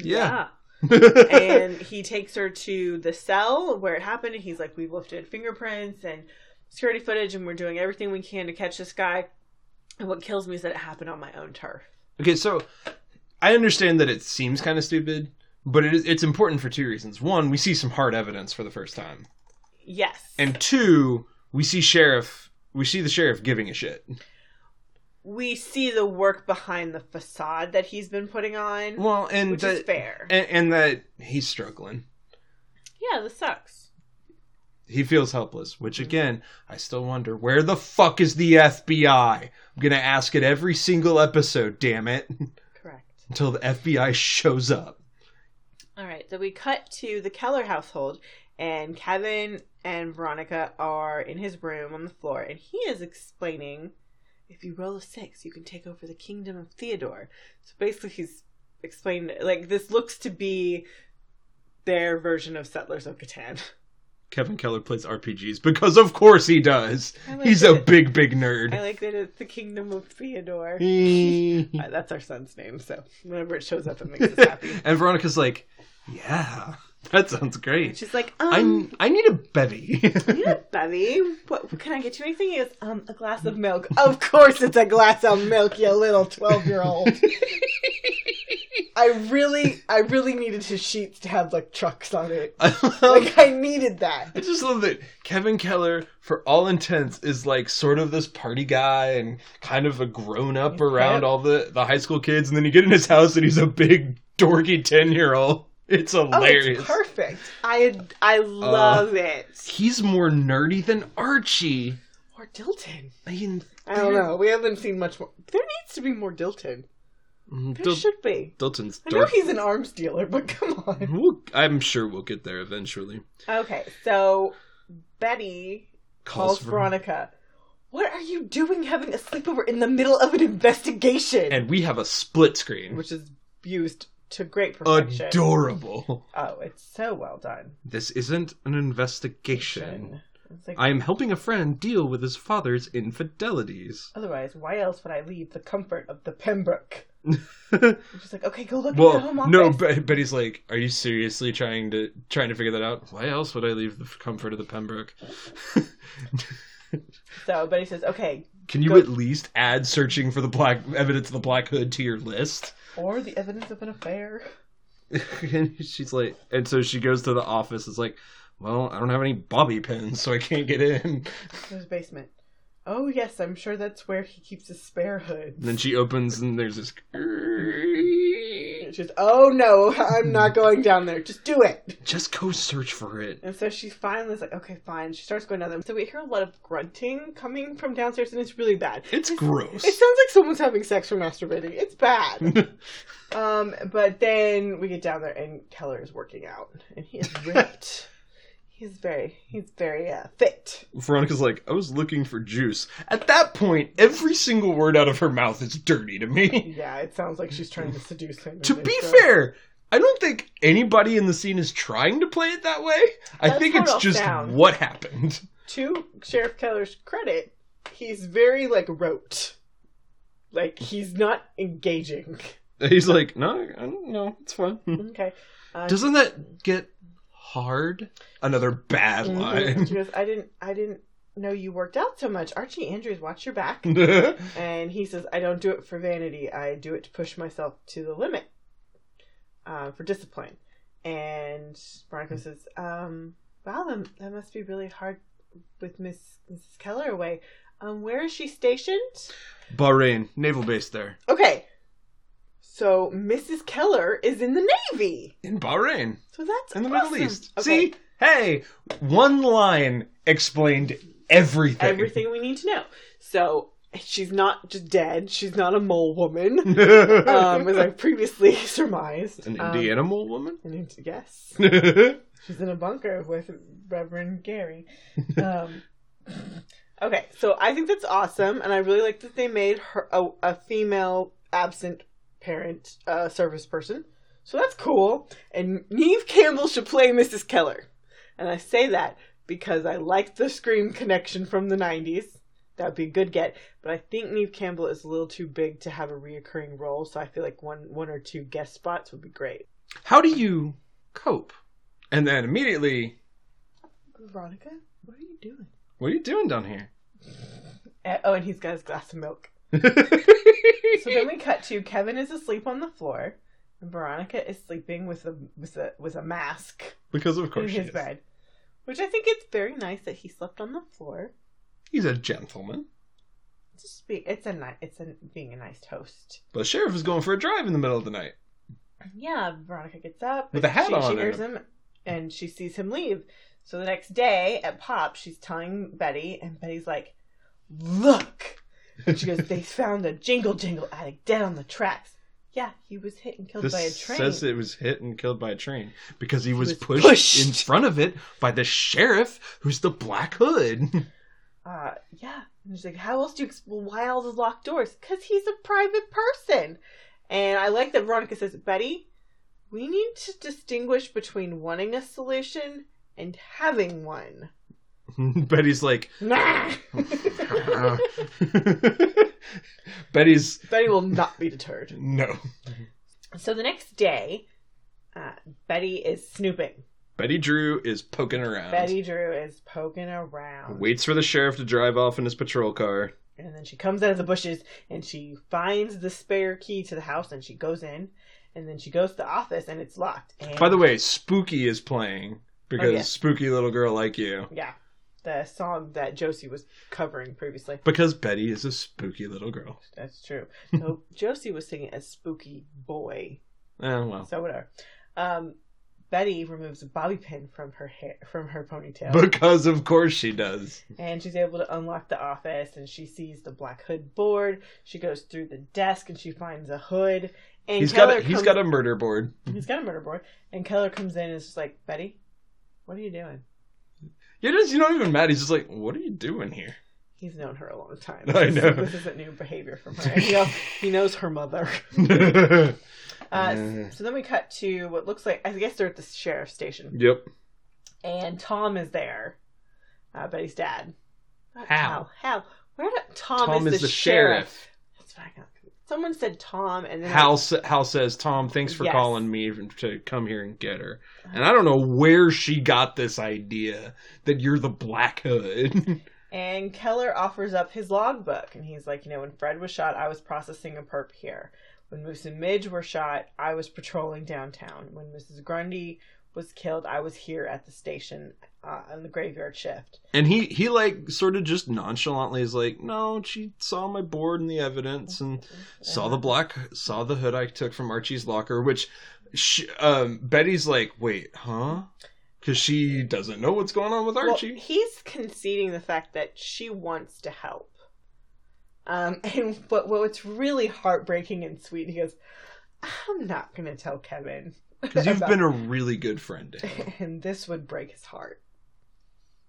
Speaker 3: Yeah. (laughs)
Speaker 2: and he takes her to the cell where it happened and he's like we've lifted fingerprints and security footage and we're doing everything we can to catch this guy and what kills me is that it happened on my own turf
Speaker 3: Okay, so I understand that it seems kind of stupid, but it is, it's important for two reasons. One, we see some hard evidence for the first time,
Speaker 2: yes
Speaker 3: and two, we see sheriff. We see the sheriff giving a shit.
Speaker 2: we see the work behind the facade that he's been putting on
Speaker 3: Well, and
Speaker 2: which is
Speaker 3: that
Speaker 2: fair
Speaker 3: and, and that he's struggling.
Speaker 2: yeah this sucks
Speaker 3: He feels helpless,
Speaker 2: Mm-hmm.
Speaker 3: which again, I still wonder where the fuck is the FBI? I'm gonna ask it every single episode. Damn it! (laughs)
Speaker 2: correct
Speaker 3: Until the FBI shows up.
Speaker 2: all right so we cut to the keller household and kevin and veronica are in his room on the floor and he is explaining if you roll a six, you can take over the kingdom of Theodore. So basically, he's explained like this looks to be their version of Settlers of Catan.
Speaker 3: Kevin Keller plays RPGs because, of course, he does.
Speaker 2: I like
Speaker 3: He's a
Speaker 2: that.
Speaker 3: big, big
Speaker 2: I
Speaker 3: nerd.
Speaker 2: like that it's the kingdom of Theodore.
Speaker 3: (laughs)
Speaker 2: (laughs) Uh, that's our son's name, so whenever it shows up, it makes us happy.
Speaker 3: (laughs) and Veronica's like, "Yeah, that sounds
Speaker 2: And
Speaker 3: great.
Speaker 2: she's like,
Speaker 3: I
Speaker 2: um,
Speaker 3: I need a Betty."
Speaker 2: you know, Bevy, what what can I get you? Anything? He goes, um, a glass of milk. of course, it's a glass of milk, you little twelve-year-old. I really, I really needed his sheets to have like trucks on it.
Speaker 3: (laughs) I love-
Speaker 2: Like I needed that.
Speaker 3: I just love that Kevin Keller, for all intents, is like sort of this party guy and kind of a grown up around all the, the high school kids. And then you get in his house and he's a big dorky 10 year old. It's
Speaker 2: Oh,
Speaker 3: hilarious.
Speaker 2: it's perfect. I I love it.
Speaker 3: he's more nerdy than Archie.
Speaker 2: Or Dilton.
Speaker 3: I mean,
Speaker 2: I don't know. We haven't seen much more. There needs to be more Dilton.
Speaker 3: mm,
Speaker 2: There
Speaker 3: Dil-
Speaker 2: should be.
Speaker 3: Dilton's
Speaker 2: I know
Speaker 3: dorky.
Speaker 2: he's an arms dealer, but come
Speaker 3: (laughs)
Speaker 2: on.
Speaker 3: We'll, I'm sure we'll get there eventually.
Speaker 2: Okay, so Betty calls
Speaker 3: Ver-
Speaker 2: Veronica. What are you doing having a sleepover in the middle of an investigation?
Speaker 3: And we have a split screen.
Speaker 2: Which is used to great perfection.
Speaker 3: Adorable.
Speaker 2: oh, it's so well done.
Speaker 3: This isn't an investigation.
Speaker 2: It's like,
Speaker 3: I am helping a friend deal with his father's infidelities.
Speaker 2: otherwise, why else would I leave the comfort of the
Speaker 3: (laughs)
Speaker 2: Pembroke? I'm just like, okay, go look at the
Speaker 3: well,
Speaker 2: home office.
Speaker 3: no, but, but he's like, are you seriously trying to trying to figure that out? Why else would I leave the comfort of the Pembroke? (laughs)
Speaker 2: so, but he says, okay,
Speaker 3: Can you
Speaker 2: Go-
Speaker 3: at least add searching for the black evidence of the black hood to your list?
Speaker 2: or the evidence of an affair.
Speaker 3: (laughs) and she's like, and so she goes to the office. It's like, well, I don't have any bobby pins, so I can't get in.
Speaker 2: in his basement. Oh yes, I'm sure that's where he keeps his spare
Speaker 3: And
Speaker 2: hood.
Speaker 3: then she opens, and there's this.
Speaker 2: It's just, oh no, I'm
Speaker 3: (laughs)
Speaker 2: not going down there. Just do it.
Speaker 3: Just go search for it.
Speaker 2: And so she finally is like, okay, fine. She starts going down there. So we hear a lot of grunting coming from downstairs, and it's really bad.
Speaker 3: It's gross.
Speaker 2: It sounds like someone's having sex or masturbating. It's
Speaker 3: (laughs)
Speaker 2: bad. um, but then we get down there, and Keller is working out, and he is
Speaker 3: (laughs)
Speaker 2: ripped. he's very, he's very uh, fit.
Speaker 3: Veronica's like, I was looking for juice. At that point, every single word out of her mouth is dirty to (laughs) me.
Speaker 2: Yeah, it sounds like she's trying to seduce him.
Speaker 3: to
Speaker 2: And
Speaker 3: be
Speaker 2: so-
Speaker 3: fair, I don't think anybody in the scene is trying to play it that way. I
Speaker 2: That's
Speaker 3: think
Speaker 2: how it
Speaker 3: it's
Speaker 2: all
Speaker 3: just
Speaker 2: sounds.
Speaker 3: what happened. (laughs)
Speaker 2: to Sheriff Keller's credit, he's very like rote. Like he's not engaging.
Speaker 3: He's like, no, I don't know. It's fine. (laughs)
Speaker 2: Okay. Uh,
Speaker 3: Doesn't that get hard? Another bad (laughs)
Speaker 2: mhm. She
Speaker 3: line.
Speaker 2: goes, I didn't I didn't know you worked out so much. Archie Andrews, watch your
Speaker 3: (laughs)
Speaker 2: back. and he says, I don't do it for vanity. I do it to push myself to the limit. Uh, for discipline. And Veronica
Speaker 3: Hmm.
Speaker 2: says, um, wow, that, that must be really hard with Miss Mrs. Keller away. Um, where is she stationed?
Speaker 3: Bahrain, naval base there.
Speaker 2: Okay. So Mrs. Keller is in the Navy.
Speaker 3: In Bahrain,
Speaker 2: So that's
Speaker 3: in the
Speaker 2: awesome.
Speaker 3: Middle East.
Speaker 2: Okay.
Speaker 3: See? Hey, one line explained everything. (laughs)
Speaker 2: everything we need to know. So she's not just dead. She's not a mole
Speaker 3: (laughs)
Speaker 2: woman, um, as I previously (laughs) surmised.
Speaker 3: An
Speaker 2: Um,
Speaker 3: Indiana mole (laughs) woman?
Speaker 2: an Indi- yes,
Speaker 3: That's
Speaker 2: she's in a bunker with Reverend Gary. Um, okay, so I think that's awesome, and I really like that they made her a, a female absent parent uh, service person. So that's cool. And Neve Campbell should play Mrs. Keller. And I say that because I like the Scream connection from the 90s. That'd be a good get. But I think Neve Campbell is a little too big to have a reoccurring role, so I feel like one one or two guest spots would be great.
Speaker 3: How do you cope? And then immediately,
Speaker 2: Veronica, what are you doing?
Speaker 3: what are you doing down (laughs) here?
Speaker 2: Uh, oh, and he's got his glass of milk. So then we cut to Kevin is asleep on the floor, and Veronica is sleeping with a with a with a mask
Speaker 3: because of
Speaker 2: in
Speaker 3: course she
Speaker 2: his
Speaker 3: is.
Speaker 2: bed, which I think it's very nice that he slept on the floor.
Speaker 3: He's a gentleman.
Speaker 2: It's just be it's a ni- it's a being a nice host.
Speaker 3: The sheriff is going for a drive in the middle of the night.
Speaker 2: Yeah, Veronica gets up
Speaker 3: With a
Speaker 2: and
Speaker 3: hat
Speaker 2: she,
Speaker 3: on
Speaker 2: She
Speaker 3: and-
Speaker 2: hears him, and she sees him leave. So the next day at Pop, she's telling Betty, and Betty's like, "Look," and she goes, "They found a jingle jingle addict dead on the tracks." Yeah, he was hit and killed
Speaker 3: This
Speaker 2: by a train.
Speaker 3: says it was hit and killed by a train because he was,
Speaker 2: was
Speaker 3: pushed,
Speaker 2: pushed.
Speaker 3: in front of it by the sheriff, who's the Black Hood. (laughs)
Speaker 2: uh, yeah. And she's like, how else do you, ex- well, why all the locked doors? Because he's a private person. And I like that Veronica says, Betty, we need to distinguish between wanting a solution and having one.
Speaker 3: Betty's like, (laughs)
Speaker 2: Nah!
Speaker 3: (laughs) Betty's
Speaker 2: Betty will not be deterred.
Speaker 3: no.
Speaker 2: So the next day, uh, Betty is snooping.
Speaker 3: Betty Drew is poking around.
Speaker 2: Betty Drew is poking around.
Speaker 3: waits for the sheriff to drive off in his patrol car.
Speaker 2: And then she comes out of the bushes and she finds the spare key to the house and she goes in. And then she goes to the office and it's locked. And
Speaker 3: By the way, Spooky is playing because
Speaker 2: Oh, yeah.
Speaker 3: Spooky Little Girl Like You.
Speaker 2: Yeah. The song that Josie was covering previously.
Speaker 3: Because Betty is a spooky little girl.
Speaker 2: That's
Speaker 3: (laughs)
Speaker 2: true. So Josie was singing a spooky boy.
Speaker 3: Oh well.
Speaker 2: So whatever. Um, Betty removes a bobby pin from her hair from her ponytail.
Speaker 3: Because of course she does.
Speaker 2: and she's able to unlock the office and she sees the black hood board. She goes through the desk and she finds a hood. And
Speaker 3: He's
Speaker 2: Keller
Speaker 3: got a, he's
Speaker 2: comes-
Speaker 3: got a murder board.
Speaker 2: he's got a murder board. And Keller comes in and is just like, Betty, what are you doing?
Speaker 3: You just you're not even mad. He's just like, what are you doing here?
Speaker 2: He's known her a long time.
Speaker 3: (laughs) I
Speaker 2: This-
Speaker 3: know.
Speaker 2: This isn't new behavior from her.
Speaker 3: (laughs)
Speaker 2: And He knows, he knows her mother. Uh,
Speaker 3: Yeah.
Speaker 2: So then we cut to what looks like I guess they're at the sheriff's station,
Speaker 3: yep.
Speaker 2: and Tom is there, uh, Betty's dad. Not
Speaker 3: Hal.
Speaker 2: Hal. Where did Tom,
Speaker 3: Tom
Speaker 2: is, the, sheriff.
Speaker 3: sheriff.
Speaker 2: That's what I got. Someone said Tom, and then I-
Speaker 3: Hal, s- Hal says, Tom, thanks for
Speaker 2: Yes.
Speaker 3: calling me to come here and get her. And I don't know where she got this idea that you're the Black Hood. (laughs)
Speaker 2: And Keller offers up his logbook, and he's like, you know, when Fred was shot, I was processing a perp here. When Moose and Midge were shot, I was patrolling downtown. When Mrs. Grundy was killed, I was here at the station uh, on the graveyard shift.
Speaker 3: and he, he like, sort of just nonchalantly is like, no, she saw my board and the evidence and saw the
Speaker 2: Uh-huh.
Speaker 3: black, saw the hood I took from Archie's locker, which she, um, Betty's like, wait, huh? Because she doesn't know what's going on with
Speaker 2: Well,
Speaker 3: Archie.
Speaker 2: he's conceding the fact that she wants to help. Um, (laughs) and what what's really heartbreaking and sweet, he goes, "I'm not gonna tell
Speaker 3: (laughs)
Speaker 2: Kevin." (laughs)
Speaker 3: Because you've
Speaker 2: about-
Speaker 3: been a really good friend to him.
Speaker 2: (laughs) and this would break his heart.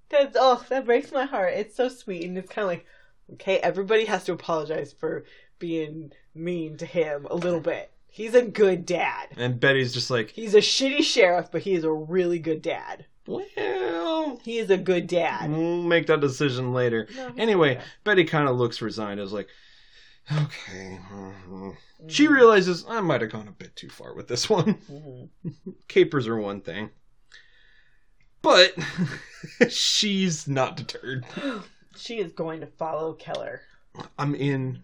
Speaker 2: That's oh, that breaks my heart. It's so sweet, and it's kind of like, okay, everybody has to apologize for being mean to him a little bit. He's a good dad.
Speaker 3: And Betty's just like,
Speaker 2: He's a shitty sheriff, but he is a really good dad.
Speaker 3: well,
Speaker 2: He is a good dad.
Speaker 3: we'll make that decision later. Anyway, Betty kind of looks resigned. Is like, okay. mhm." She
Speaker 2: Mm-hmm.
Speaker 3: realizes I might have gone a bit too far with this one. (laughs)
Speaker 2: Mhm.
Speaker 3: Capers are one thing, but (laughs) she's not deterred.
Speaker 2: she is going to follow Keller.
Speaker 3: I'm in,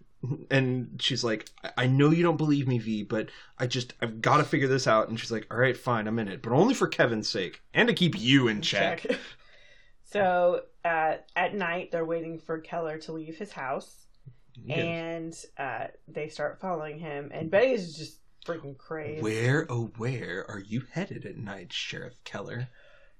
Speaker 3: and she's like, "I- I know you don't believe me, V, but I just I've got to figure this out. And she's like, all right, fine, I'm in it, but only for Kevin's sake and to keep you in check.
Speaker 2: Check. (laughs) So uh, at night, they're waiting for Keller to leave his house,
Speaker 3: Yeah.
Speaker 2: and uh, they start following him. And Betty is just freaking crazy.
Speaker 3: Where, oh, where are you headed at night, Sheriff Keller?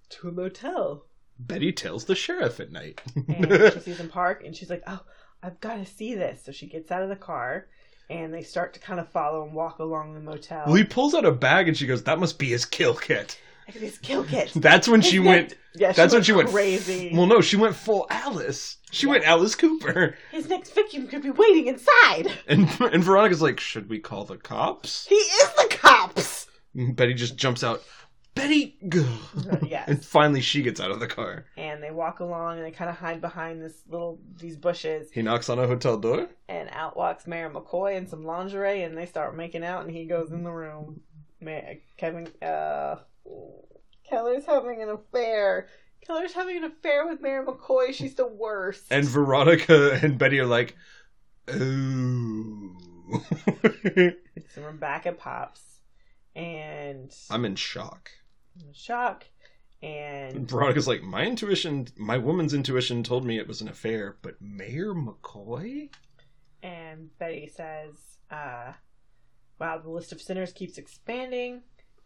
Speaker 2: to a motel.
Speaker 3: Betty tells the sheriff at night. (laughs)
Speaker 2: And she sees him park and she's like, Oh, I've got to see this. So she gets out of the car and they start to kind of follow and walk along the motel.
Speaker 3: well, he pulls out a bag and she goes, "That must be his kill kit."
Speaker 2: Like, these kill
Speaker 3: (laughs)
Speaker 2: kits.
Speaker 3: That's when she
Speaker 2: Isn't
Speaker 3: went.
Speaker 2: it- (laughs) yeah,
Speaker 3: That's when she went
Speaker 2: crazy.
Speaker 3: Well, no, she went full Alice. She went Alice Cooper. (laughs)
Speaker 2: His next victim could be waiting inside.
Speaker 3: And and Veronica's like, "Should we call the cops?"
Speaker 2: He is the cops.
Speaker 3: And Betty just jumps out. Betty. (laughs)
Speaker 2: Uh, yes.
Speaker 3: And finally, she gets out of the car.
Speaker 2: And they walk along and they kind of hide behind this little these bushes.
Speaker 3: He knocks on a hotel door.
Speaker 2: And out walks Mayor McCoy in some lingerie and they start making out and he goes in the room. Man, Kevin, uh, Keller's having an affair. Keller's having an affair with Mayor McCoy. She's the worst.
Speaker 3: And Veronica (laughs) and Betty are like, "Oh,
Speaker 2: So we're back at Pops, and I'm
Speaker 3: (laughs) I'm in shock."
Speaker 2: in shock.
Speaker 3: (laughs)
Speaker 2: And
Speaker 3: Veronica's like, my intuition, my woman's intuition told me it was an affair, but Mayor McCoy?
Speaker 2: and Betty says, uh, "Wow, the list of sinners keeps expanding."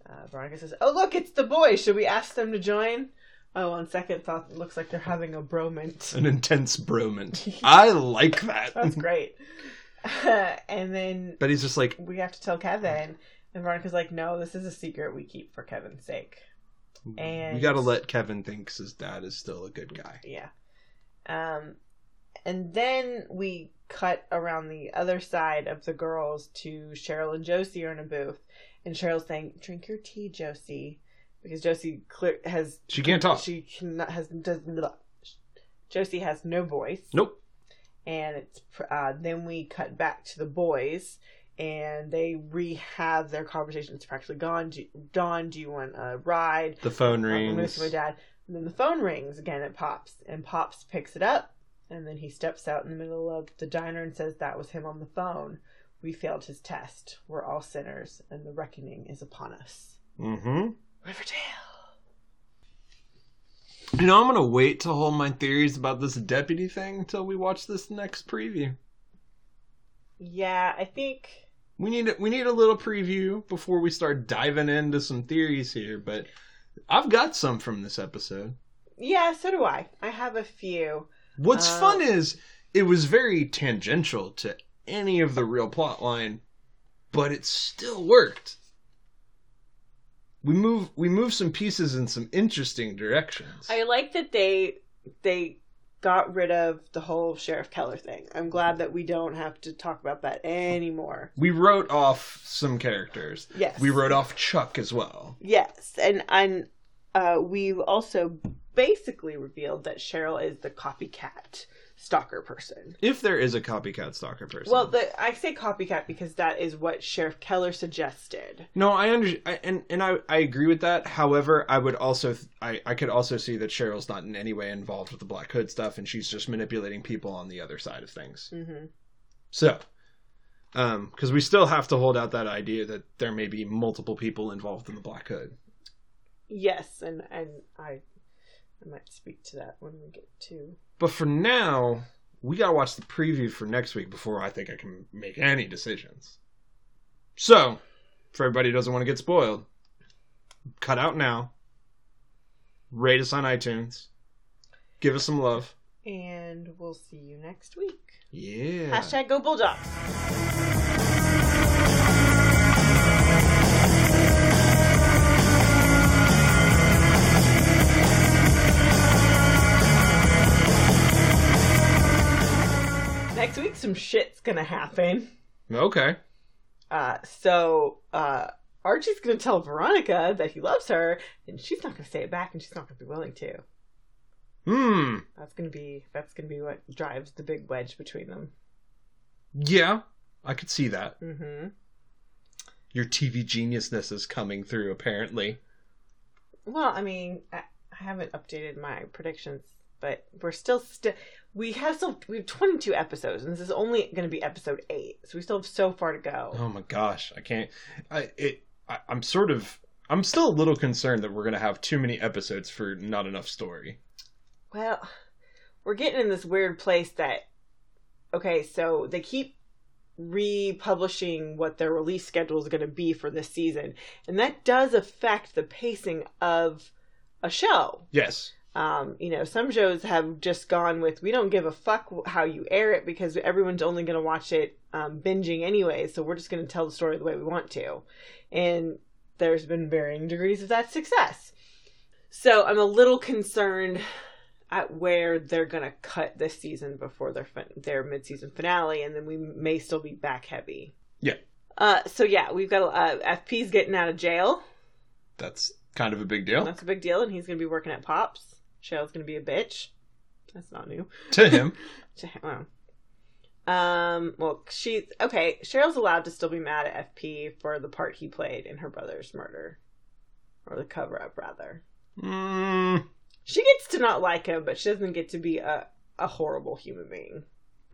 Speaker 2: Uh, Veronica says, "Oh look, it's the boys. Should we ask them to join?" Oh, on second thought, it looks like they're having a bromance.
Speaker 3: An intense bromance. (laughs) I like that. (laughs)
Speaker 2: That's great. (laughs) and then
Speaker 3: But he's just like,
Speaker 2: we have to tell Kevin, and Veronica's like, "No, this is a secret we keep for Kevin's sake." And-
Speaker 3: we gotta let Kevin think 'cause his dad is still a good guy.
Speaker 2: Yeah. Um, and then we cut around the other side of the girls to Cheryl and Josie are in a booth, and Cheryl's saying, "Drink your tea, Josie," because Josie clear has
Speaker 3: She can't talk.
Speaker 2: she cannot has does blah. Josie has no voice.
Speaker 3: nope.
Speaker 2: And it's pr- uh, then we cut back to the boys. And they rehave their conversation. It's practically gone. Do, Dawn, do you want a ride?
Speaker 3: The phone
Speaker 2: I'm gonna
Speaker 3: rings.
Speaker 2: see my dad. And then the phone rings again. It pops, and pops picks it up, and then he steps out in the middle of the diner and says, "That was him on the phone. We failed his test. We're all sinners, and the reckoning is upon us."
Speaker 3: mm-hmm.
Speaker 2: Riverdale.
Speaker 3: You know, I'm gonna wait to hold my theories about this deputy thing until we watch this next preview.
Speaker 2: Yeah, I think
Speaker 3: We need a, we need a little preview before we start diving into some theories here, but I've got some from this episode.
Speaker 2: yeah. So do I. I have a few.
Speaker 3: What's
Speaker 2: Uh,
Speaker 3: fun is it was very tangential to any of the real plot line, but it still worked. We move we move some pieces in some interesting directions.
Speaker 2: I like that they they got rid of the whole Sheriff Keller thing. I'm glad that we don't have to talk about that anymore.
Speaker 3: we wrote off some characters.
Speaker 2: Yes.
Speaker 3: We wrote off Chuck as well.
Speaker 2: Yes, and and uh, we also basically revealed that Cheryl is the copycat stalker person.
Speaker 3: If there is a copycat stalker person.
Speaker 2: Well, the, I say copycat because that is what Sheriff Keller suggested.
Speaker 3: No, I understand, and and I I agree with that. However, I would also th- I I could also see that Cheryl's not in any way involved with the Black Hood stuff, and she's just manipulating people on the other side of things.
Speaker 2: Mm-hmm.
Speaker 3: So, um, because we still have to hold out that idea that there may be multiple people involved in the Black Hood.
Speaker 2: Yes, and and I, I might speak to that when we get to.
Speaker 3: But for now, we gotta watch the preview for next week before I think I can make any decisions. So, for everybody who doesn't want to get spoiled, cut out now. Rate us on iTunes. Give us some love.
Speaker 2: And we'll see you next week.
Speaker 3: Yeah.
Speaker 2: Hashtag Go Bulldogs. Next week, some shit's gonna happen.
Speaker 3: Okay.
Speaker 2: Uh, so uh, Archie's gonna tell Veronica that he loves her, and she's not gonna say it back, and she's not gonna be willing to.
Speaker 3: Hmm.
Speaker 2: That's gonna be that's gonna be what drives the big wedge between them.
Speaker 3: Yeah, I could see that.
Speaker 2: Mm-hmm.
Speaker 3: Your TV geniusness is coming through, apparently.
Speaker 2: Well, I mean, I, I haven't updated my predictions, but we're still still we have still we have 22 episodes, and this is only going to be episode eight, so we still have so far to go.
Speaker 3: Oh my gosh, I can't. I it. I, I'm sort of. I'm still a little concerned that we're gonna have too many episodes for not enough story.
Speaker 2: Well, we're getting in this weird place that okay, so they keep republishing what their release schedule is going to be for this season, and that does affect the pacing of a show.
Speaker 3: Yes.
Speaker 2: Um, you know, some shows have just gone with we don't give a fuck how you air it because everyone's only going to watch it um, binging anyway, so we're just going to tell the story the way we want to. And there's been varying degrees of that success. So I'm a little concerned at where they're going to cut this season before their fin- their mid-season finale and then we may still be back heavy.
Speaker 3: Yeah.
Speaker 2: Uh so yeah, we've got uh, FP's getting out of jail.
Speaker 3: That's kind of a big deal
Speaker 2: That's a big deal and he's going to be working at Pops. Cheryl's going to be a bitch. That's not new. (laughs)
Speaker 3: to him.
Speaker 2: to well, um well she's okay cheryl's allowed to still be mad at fp for the part he played in her brother's murder or the cover-up rather
Speaker 3: Mm,
Speaker 2: she gets to not like him but she doesn't get to be a, a horrible human being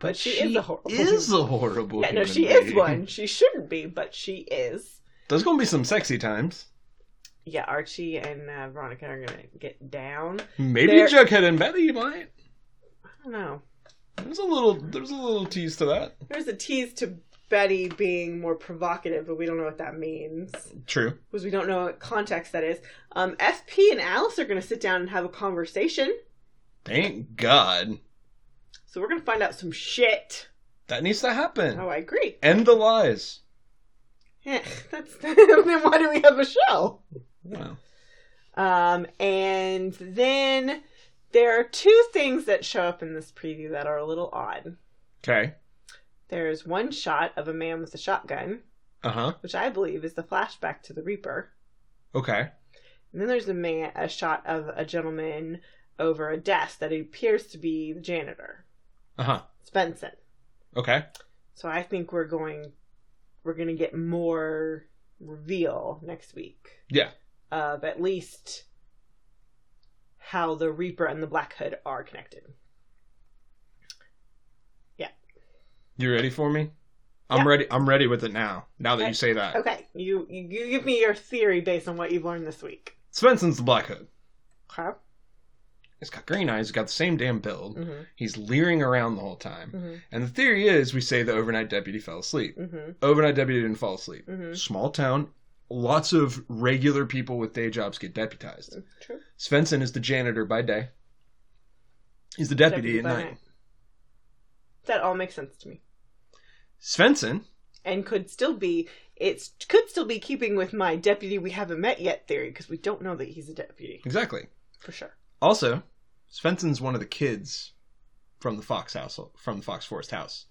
Speaker 2: but, she, is a horrible
Speaker 3: is a horrible.
Speaker 2: yeah, no
Speaker 3: human
Speaker 2: she is
Speaker 3: being. (laughs)
Speaker 2: one she shouldn't be but she is
Speaker 3: There's gonna be some sexy times.
Speaker 2: yeah archie and uh, veronica are gonna get down
Speaker 3: Maybe
Speaker 2: There-
Speaker 3: Jughead and Betty might.
Speaker 2: i don't know
Speaker 3: There's a little. There's a little tease to that.
Speaker 2: there's a tease to betty being more provocative but we don't know what that means
Speaker 3: True.
Speaker 2: because we don't know what context that is. Um, FP and Alice are going to sit down and have a conversation.
Speaker 3: Thank God
Speaker 2: So we're going to find out some shit.
Speaker 3: that needs to happen.
Speaker 2: Oh, I agree.
Speaker 3: End the lies.
Speaker 2: Eh, That's (laughs) then why do we have a show?
Speaker 3: Well,
Speaker 2: Um, and then there are two things that show up in this preview that are a little odd.
Speaker 3: okay.
Speaker 2: There's one shot of a man with a shotgun,
Speaker 3: Uh huh.
Speaker 2: which I believe is the flashback to the Reaper.
Speaker 3: Okay.
Speaker 2: And then there's a man, a shot of a gentleman over a desk that appears to be the janitor,
Speaker 3: Uh huh.
Speaker 2: It's Benson.
Speaker 3: Okay.
Speaker 2: So I think we're going we're going to get more reveal next week
Speaker 3: Yeah.
Speaker 2: of at least how the Reaper and the Black Hood are connected.
Speaker 3: You ready for me? I'm
Speaker 2: Yeah.
Speaker 3: ready. I'm ready with it now. Now that
Speaker 2: Okay.
Speaker 3: you say that,
Speaker 2: Okay, you you, you give me your theory based on what you've learned this week.
Speaker 3: Svensson's the Black Hood.
Speaker 2: Okay.
Speaker 3: He's got green eyes. He's got the same damn build.
Speaker 2: Mhm.
Speaker 3: He's leering around the whole time.
Speaker 2: Mhm.
Speaker 3: And the theory is, we say the overnight deputy fell asleep.
Speaker 2: Mhm.
Speaker 3: Overnight deputy didn't fall asleep.
Speaker 2: Mhm.
Speaker 3: Small town. Lots of regular people with day jobs get deputized.
Speaker 2: True.
Speaker 3: Svensson is the janitor by day. He's the
Speaker 2: Deputy
Speaker 3: deputy, at
Speaker 2: by
Speaker 3: night.
Speaker 2: night. That all makes sense to me.
Speaker 3: Svensson
Speaker 2: And could still be it's could still be keeping with my deputy we haven't met yet theory because we don't know that he's a deputy
Speaker 3: exactly.
Speaker 2: for sure.
Speaker 3: Also, Svensson's one of the kids from the Fox household, from the Fox Forest house.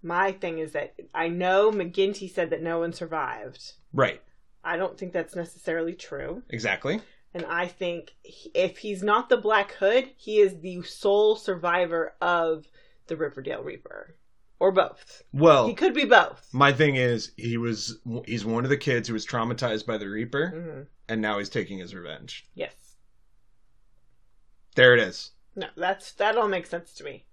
Speaker 2: My thing is that I know McGinty said that no one survived.
Speaker 3: Right.
Speaker 2: I don't think that's necessarily true.
Speaker 3: Exactly.
Speaker 2: and I think he- if he's not the Black Hood, he is the sole survivor of the Riverdale Reaper, or both.
Speaker 3: Well,
Speaker 2: He could be both.
Speaker 3: my thing is he was he's one of the kids who was traumatized by the Reaper,
Speaker 2: hmm
Speaker 3: and now he's taking his revenge.
Speaker 2: Yes.
Speaker 3: There it is.
Speaker 2: No, that's that all makes sense to me.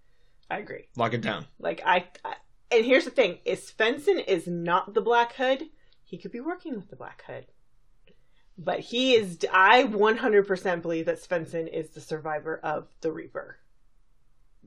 Speaker 2: I agree.
Speaker 3: Lock it down.
Speaker 2: Like I, I and here's the thing: is Svensson is not the Black Hood. He could be working with the Black Hood, but he is. I 100% believe that Svensson is the survivor of the Reaper.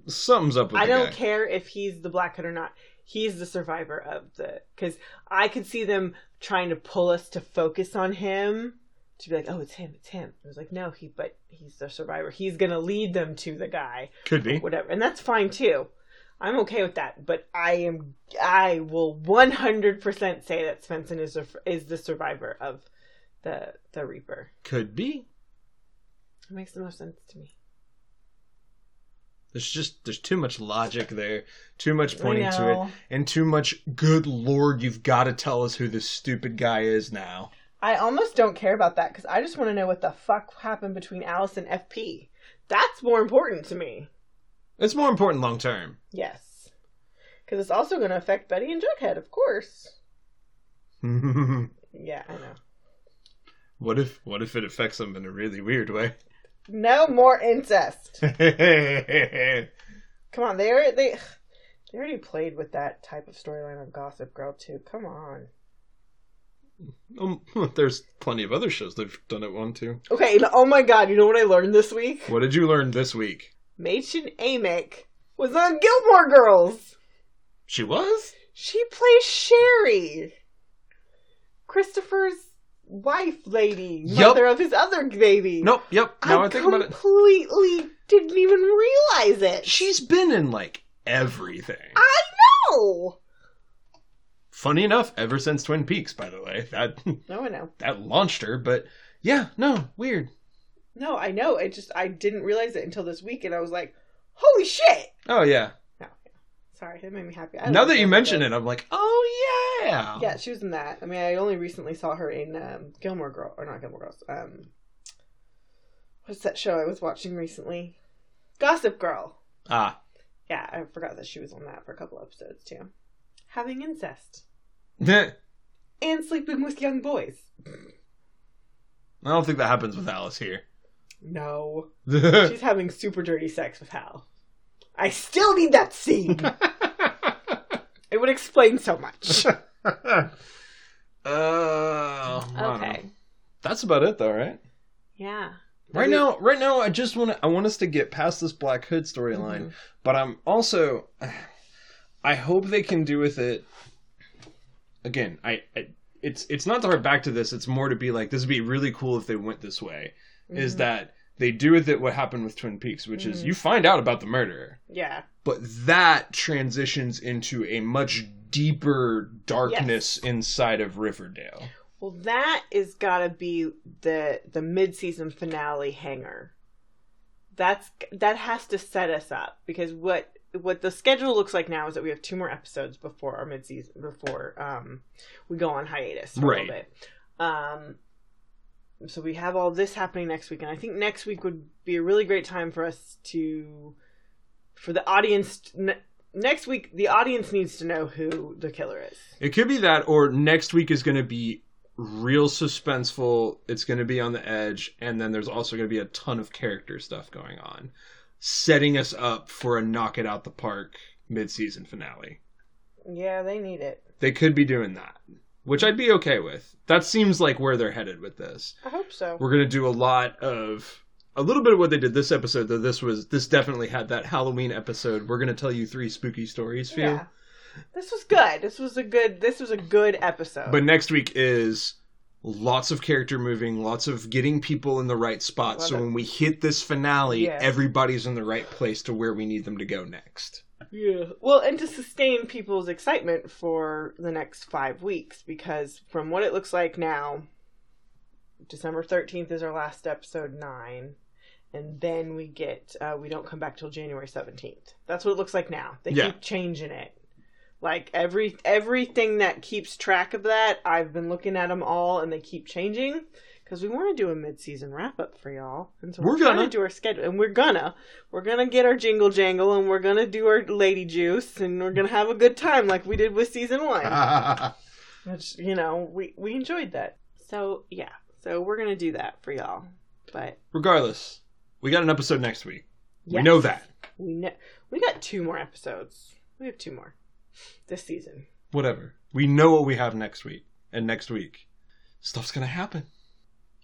Speaker 3: Something's up with
Speaker 2: I
Speaker 3: the
Speaker 2: don't
Speaker 3: guy.
Speaker 2: care if he's the Black Hood or not. He's the survivor of the because I could see them trying to pull us to focus on him to be like, oh, it's him, it's him. It was like, no, he, but he's the survivor. He's gonna lead them to the guy
Speaker 3: Could be.
Speaker 2: whatever and that's fine too i'm okay with that but i am i will 100% say that svensson is the, is the survivor of the the reaper
Speaker 3: Could be.
Speaker 2: it makes the most sense to me
Speaker 3: There's just there's too much logic there, too much pointing
Speaker 2: I
Speaker 3: to it,
Speaker 2: know.
Speaker 3: and too much good lord, you've got to tell us who this stupid guy is now.
Speaker 2: i almost don't care about that because i just want to know what the fuck happened between alice and fp that's more important to me
Speaker 3: It's more important long term. (laughs)
Speaker 2: yes because it's also going to affect betty and jughead of course yeah i know
Speaker 3: what if what if it affects them in a really weird way? (laughs)
Speaker 2: no more incest
Speaker 3: That's
Speaker 2: Come on, they are they they already played with that type of storyline on Gossip Girl too. Come on.
Speaker 5: Um, there's plenty of other shows they've done it on too.
Speaker 2: Okay, and oh my god, you know what I learned this week?
Speaker 5: What did you learn this week?
Speaker 2: Machen Amick was on Gilmore Girls.
Speaker 5: She was.
Speaker 2: She plays Sherry. Christopher's wife lady,
Speaker 3: Yup.
Speaker 2: mother of his other baby.
Speaker 3: Nope, yep. Now I,
Speaker 2: I
Speaker 3: think about it.
Speaker 2: completely didn't even realize it.
Speaker 3: She's been in like everything.
Speaker 2: I know.
Speaker 3: Funny enough, ever since Twin Peaks, by the way. That (laughs)
Speaker 2: No, I know.
Speaker 3: that launched her, but yeah, no, weird.
Speaker 2: No, I know. I just I didn't realize it until this week and I was like, holy shit.
Speaker 3: Oh yeah.
Speaker 2: Sorry, that made me happy. I
Speaker 3: now
Speaker 2: love
Speaker 3: that you
Speaker 2: Gilmore
Speaker 3: mention
Speaker 2: Girls.
Speaker 3: it, I'm like, oh yeah.
Speaker 2: Yeah, she was in that. I mean, I only recently saw her in um, Gilmore Girl, or not Gilmore Girls. Um, what's that show I was watching recently? Gossip Girl.
Speaker 3: Ah. (laughs)
Speaker 2: Yeah, I forgot that she was on that for a couple episodes too. Having incest
Speaker 3: I
Speaker 2: and sleeping with young boys.
Speaker 3: don't think that happens with Alice here. (laughs)
Speaker 2: No, she's having super dirty sex with Hal. I still need that
Speaker 3: (laughs)
Speaker 2: scene. it would explain so
Speaker 3: (laughs)
Speaker 2: much.
Speaker 3: Uh,
Speaker 2: Okay.
Speaker 3: That's about it, though, right?
Speaker 2: Yeah.
Speaker 3: Right now, right now, I just want to. I want us to get past this Black Hood storyline, but I'm also. I hope they can do with it. Again, I, I. It's it's not to harp back to this. It's more to be like this would be really cool if they went this way. Is
Speaker 2: Mhm.
Speaker 3: that they do with it what happened with Twin Peaks, which is
Speaker 2: Mhm.
Speaker 3: you find out about the murderer,
Speaker 2: Mm-hmm. yeah?
Speaker 3: but that transitions into a much deeper darkness inside of Riverdale.
Speaker 2: Well, that is gotta be the the mid season finale hanger. That's that has to set us up because what what the schedule looks like now is that we have two more episodes before our mid season before um we go on hiatus for a
Speaker 3: Right.
Speaker 2: little bit. Um, so we have all this happening next week, and I think next week would be a really great time for us to for the audience. n next week, the audience needs to know who the killer is.
Speaker 3: It could be that, or next week is going to be real suspenseful. It's going to be on the edge, and then there's also going to be a ton of character stuff going on, setting us up for a knock it out the park mid-season finale.
Speaker 2: Yeah, they need it.
Speaker 3: They could be doing that, which I'd be okay with. That seems like where they're headed with this.
Speaker 2: I hope so.
Speaker 3: We're going to do a lot of a little bit of what they did this episode though this was this definitely had that halloween episode we're going to tell you three spooky stories feel
Speaker 2: Yeah. This was good. This was a good this was a good episode.
Speaker 3: But next week is lots of character moving, lots of getting people in the right spot.
Speaker 2: Love
Speaker 3: So
Speaker 2: it.
Speaker 3: when we hit this finale,
Speaker 2: Yes.
Speaker 3: everybody's in the right place to where we need them to go next. (laughs)
Speaker 2: yeah. Well, and to sustain people's excitement for the next 5 weeks because from what it looks like now December 13th is our last episode 9 and then we get uh, we don't come back till January 17th. That's what it looks like now. They
Speaker 3: Yeah.
Speaker 2: keep changing it. Like every everything that keeps track of that, I've been looking at them all and they keep changing because we want to do a mid-season wrap-up for y'all, and so
Speaker 3: We're
Speaker 2: we're, trying
Speaker 3: gonna.
Speaker 2: to do our schedule, and we're gonna, we're gonna get our jingle jangle, and we're gonna do our lady juice, and we're gonna have a good time like we did with season one
Speaker 3: Ah.
Speaker 2: which you know we we enjoyed that so yeah so we're gonna do that for y'all but
Speaker 3: Regardless, we got an episode next week. We
Speaker 2: yes,
Speaker 3: know that.
Speaker 2: we know we got two more episodes we have two more this season
Speaker 3: Whatever. We know what we have next week. And next week, stuff's going to happen.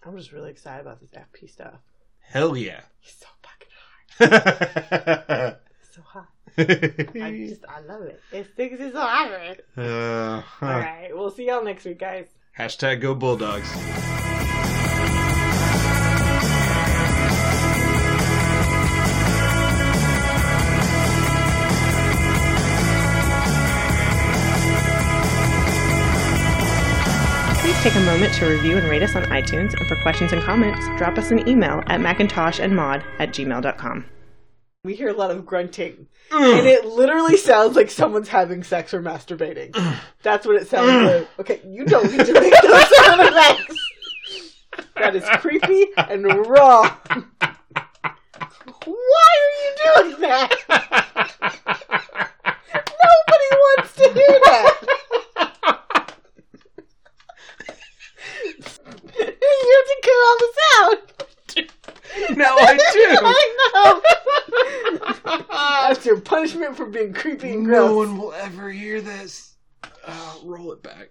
Speaker 2: i'm just really excited about this fp stuff
Speaker 3: Hell yeah. (laughs)
Speaker 2: he's so fucking hot
Speaker 3: uh,
Speaker 2: He's so hot i just i love it this thing is so hot right?
Speaker 3: huh.
Speaker 2: all right we'll see y'all next week guys
Speaker 3: Hashtag go Bulldogs.
Speaker 1: Please take a moment to review and rate us on iTunes, and for questions and comments, drop us an email at macintoshandmod at gmail.com.
Speaker 2: we hear a lot of grunting and
Speaker 3: (laughs)
Speaker 2: it literally sounds like someone's having sex or masturbating that's what it sounds like okay you don't need to make those sound effects that is creepy and raw why are you doing that nobody wants to hear that
Speaker 3: (laughs)
Speaker 2: you have to cut all this out
Speaker 3: now
Speaker 2: (laughs)
Speaker 3: I
Speaker 2: i know that's your punishment for being creepy
Speaker 3: do.
Speaker 2: and gross
Speaker 3: no one will ever hear this. Uh, roll it back.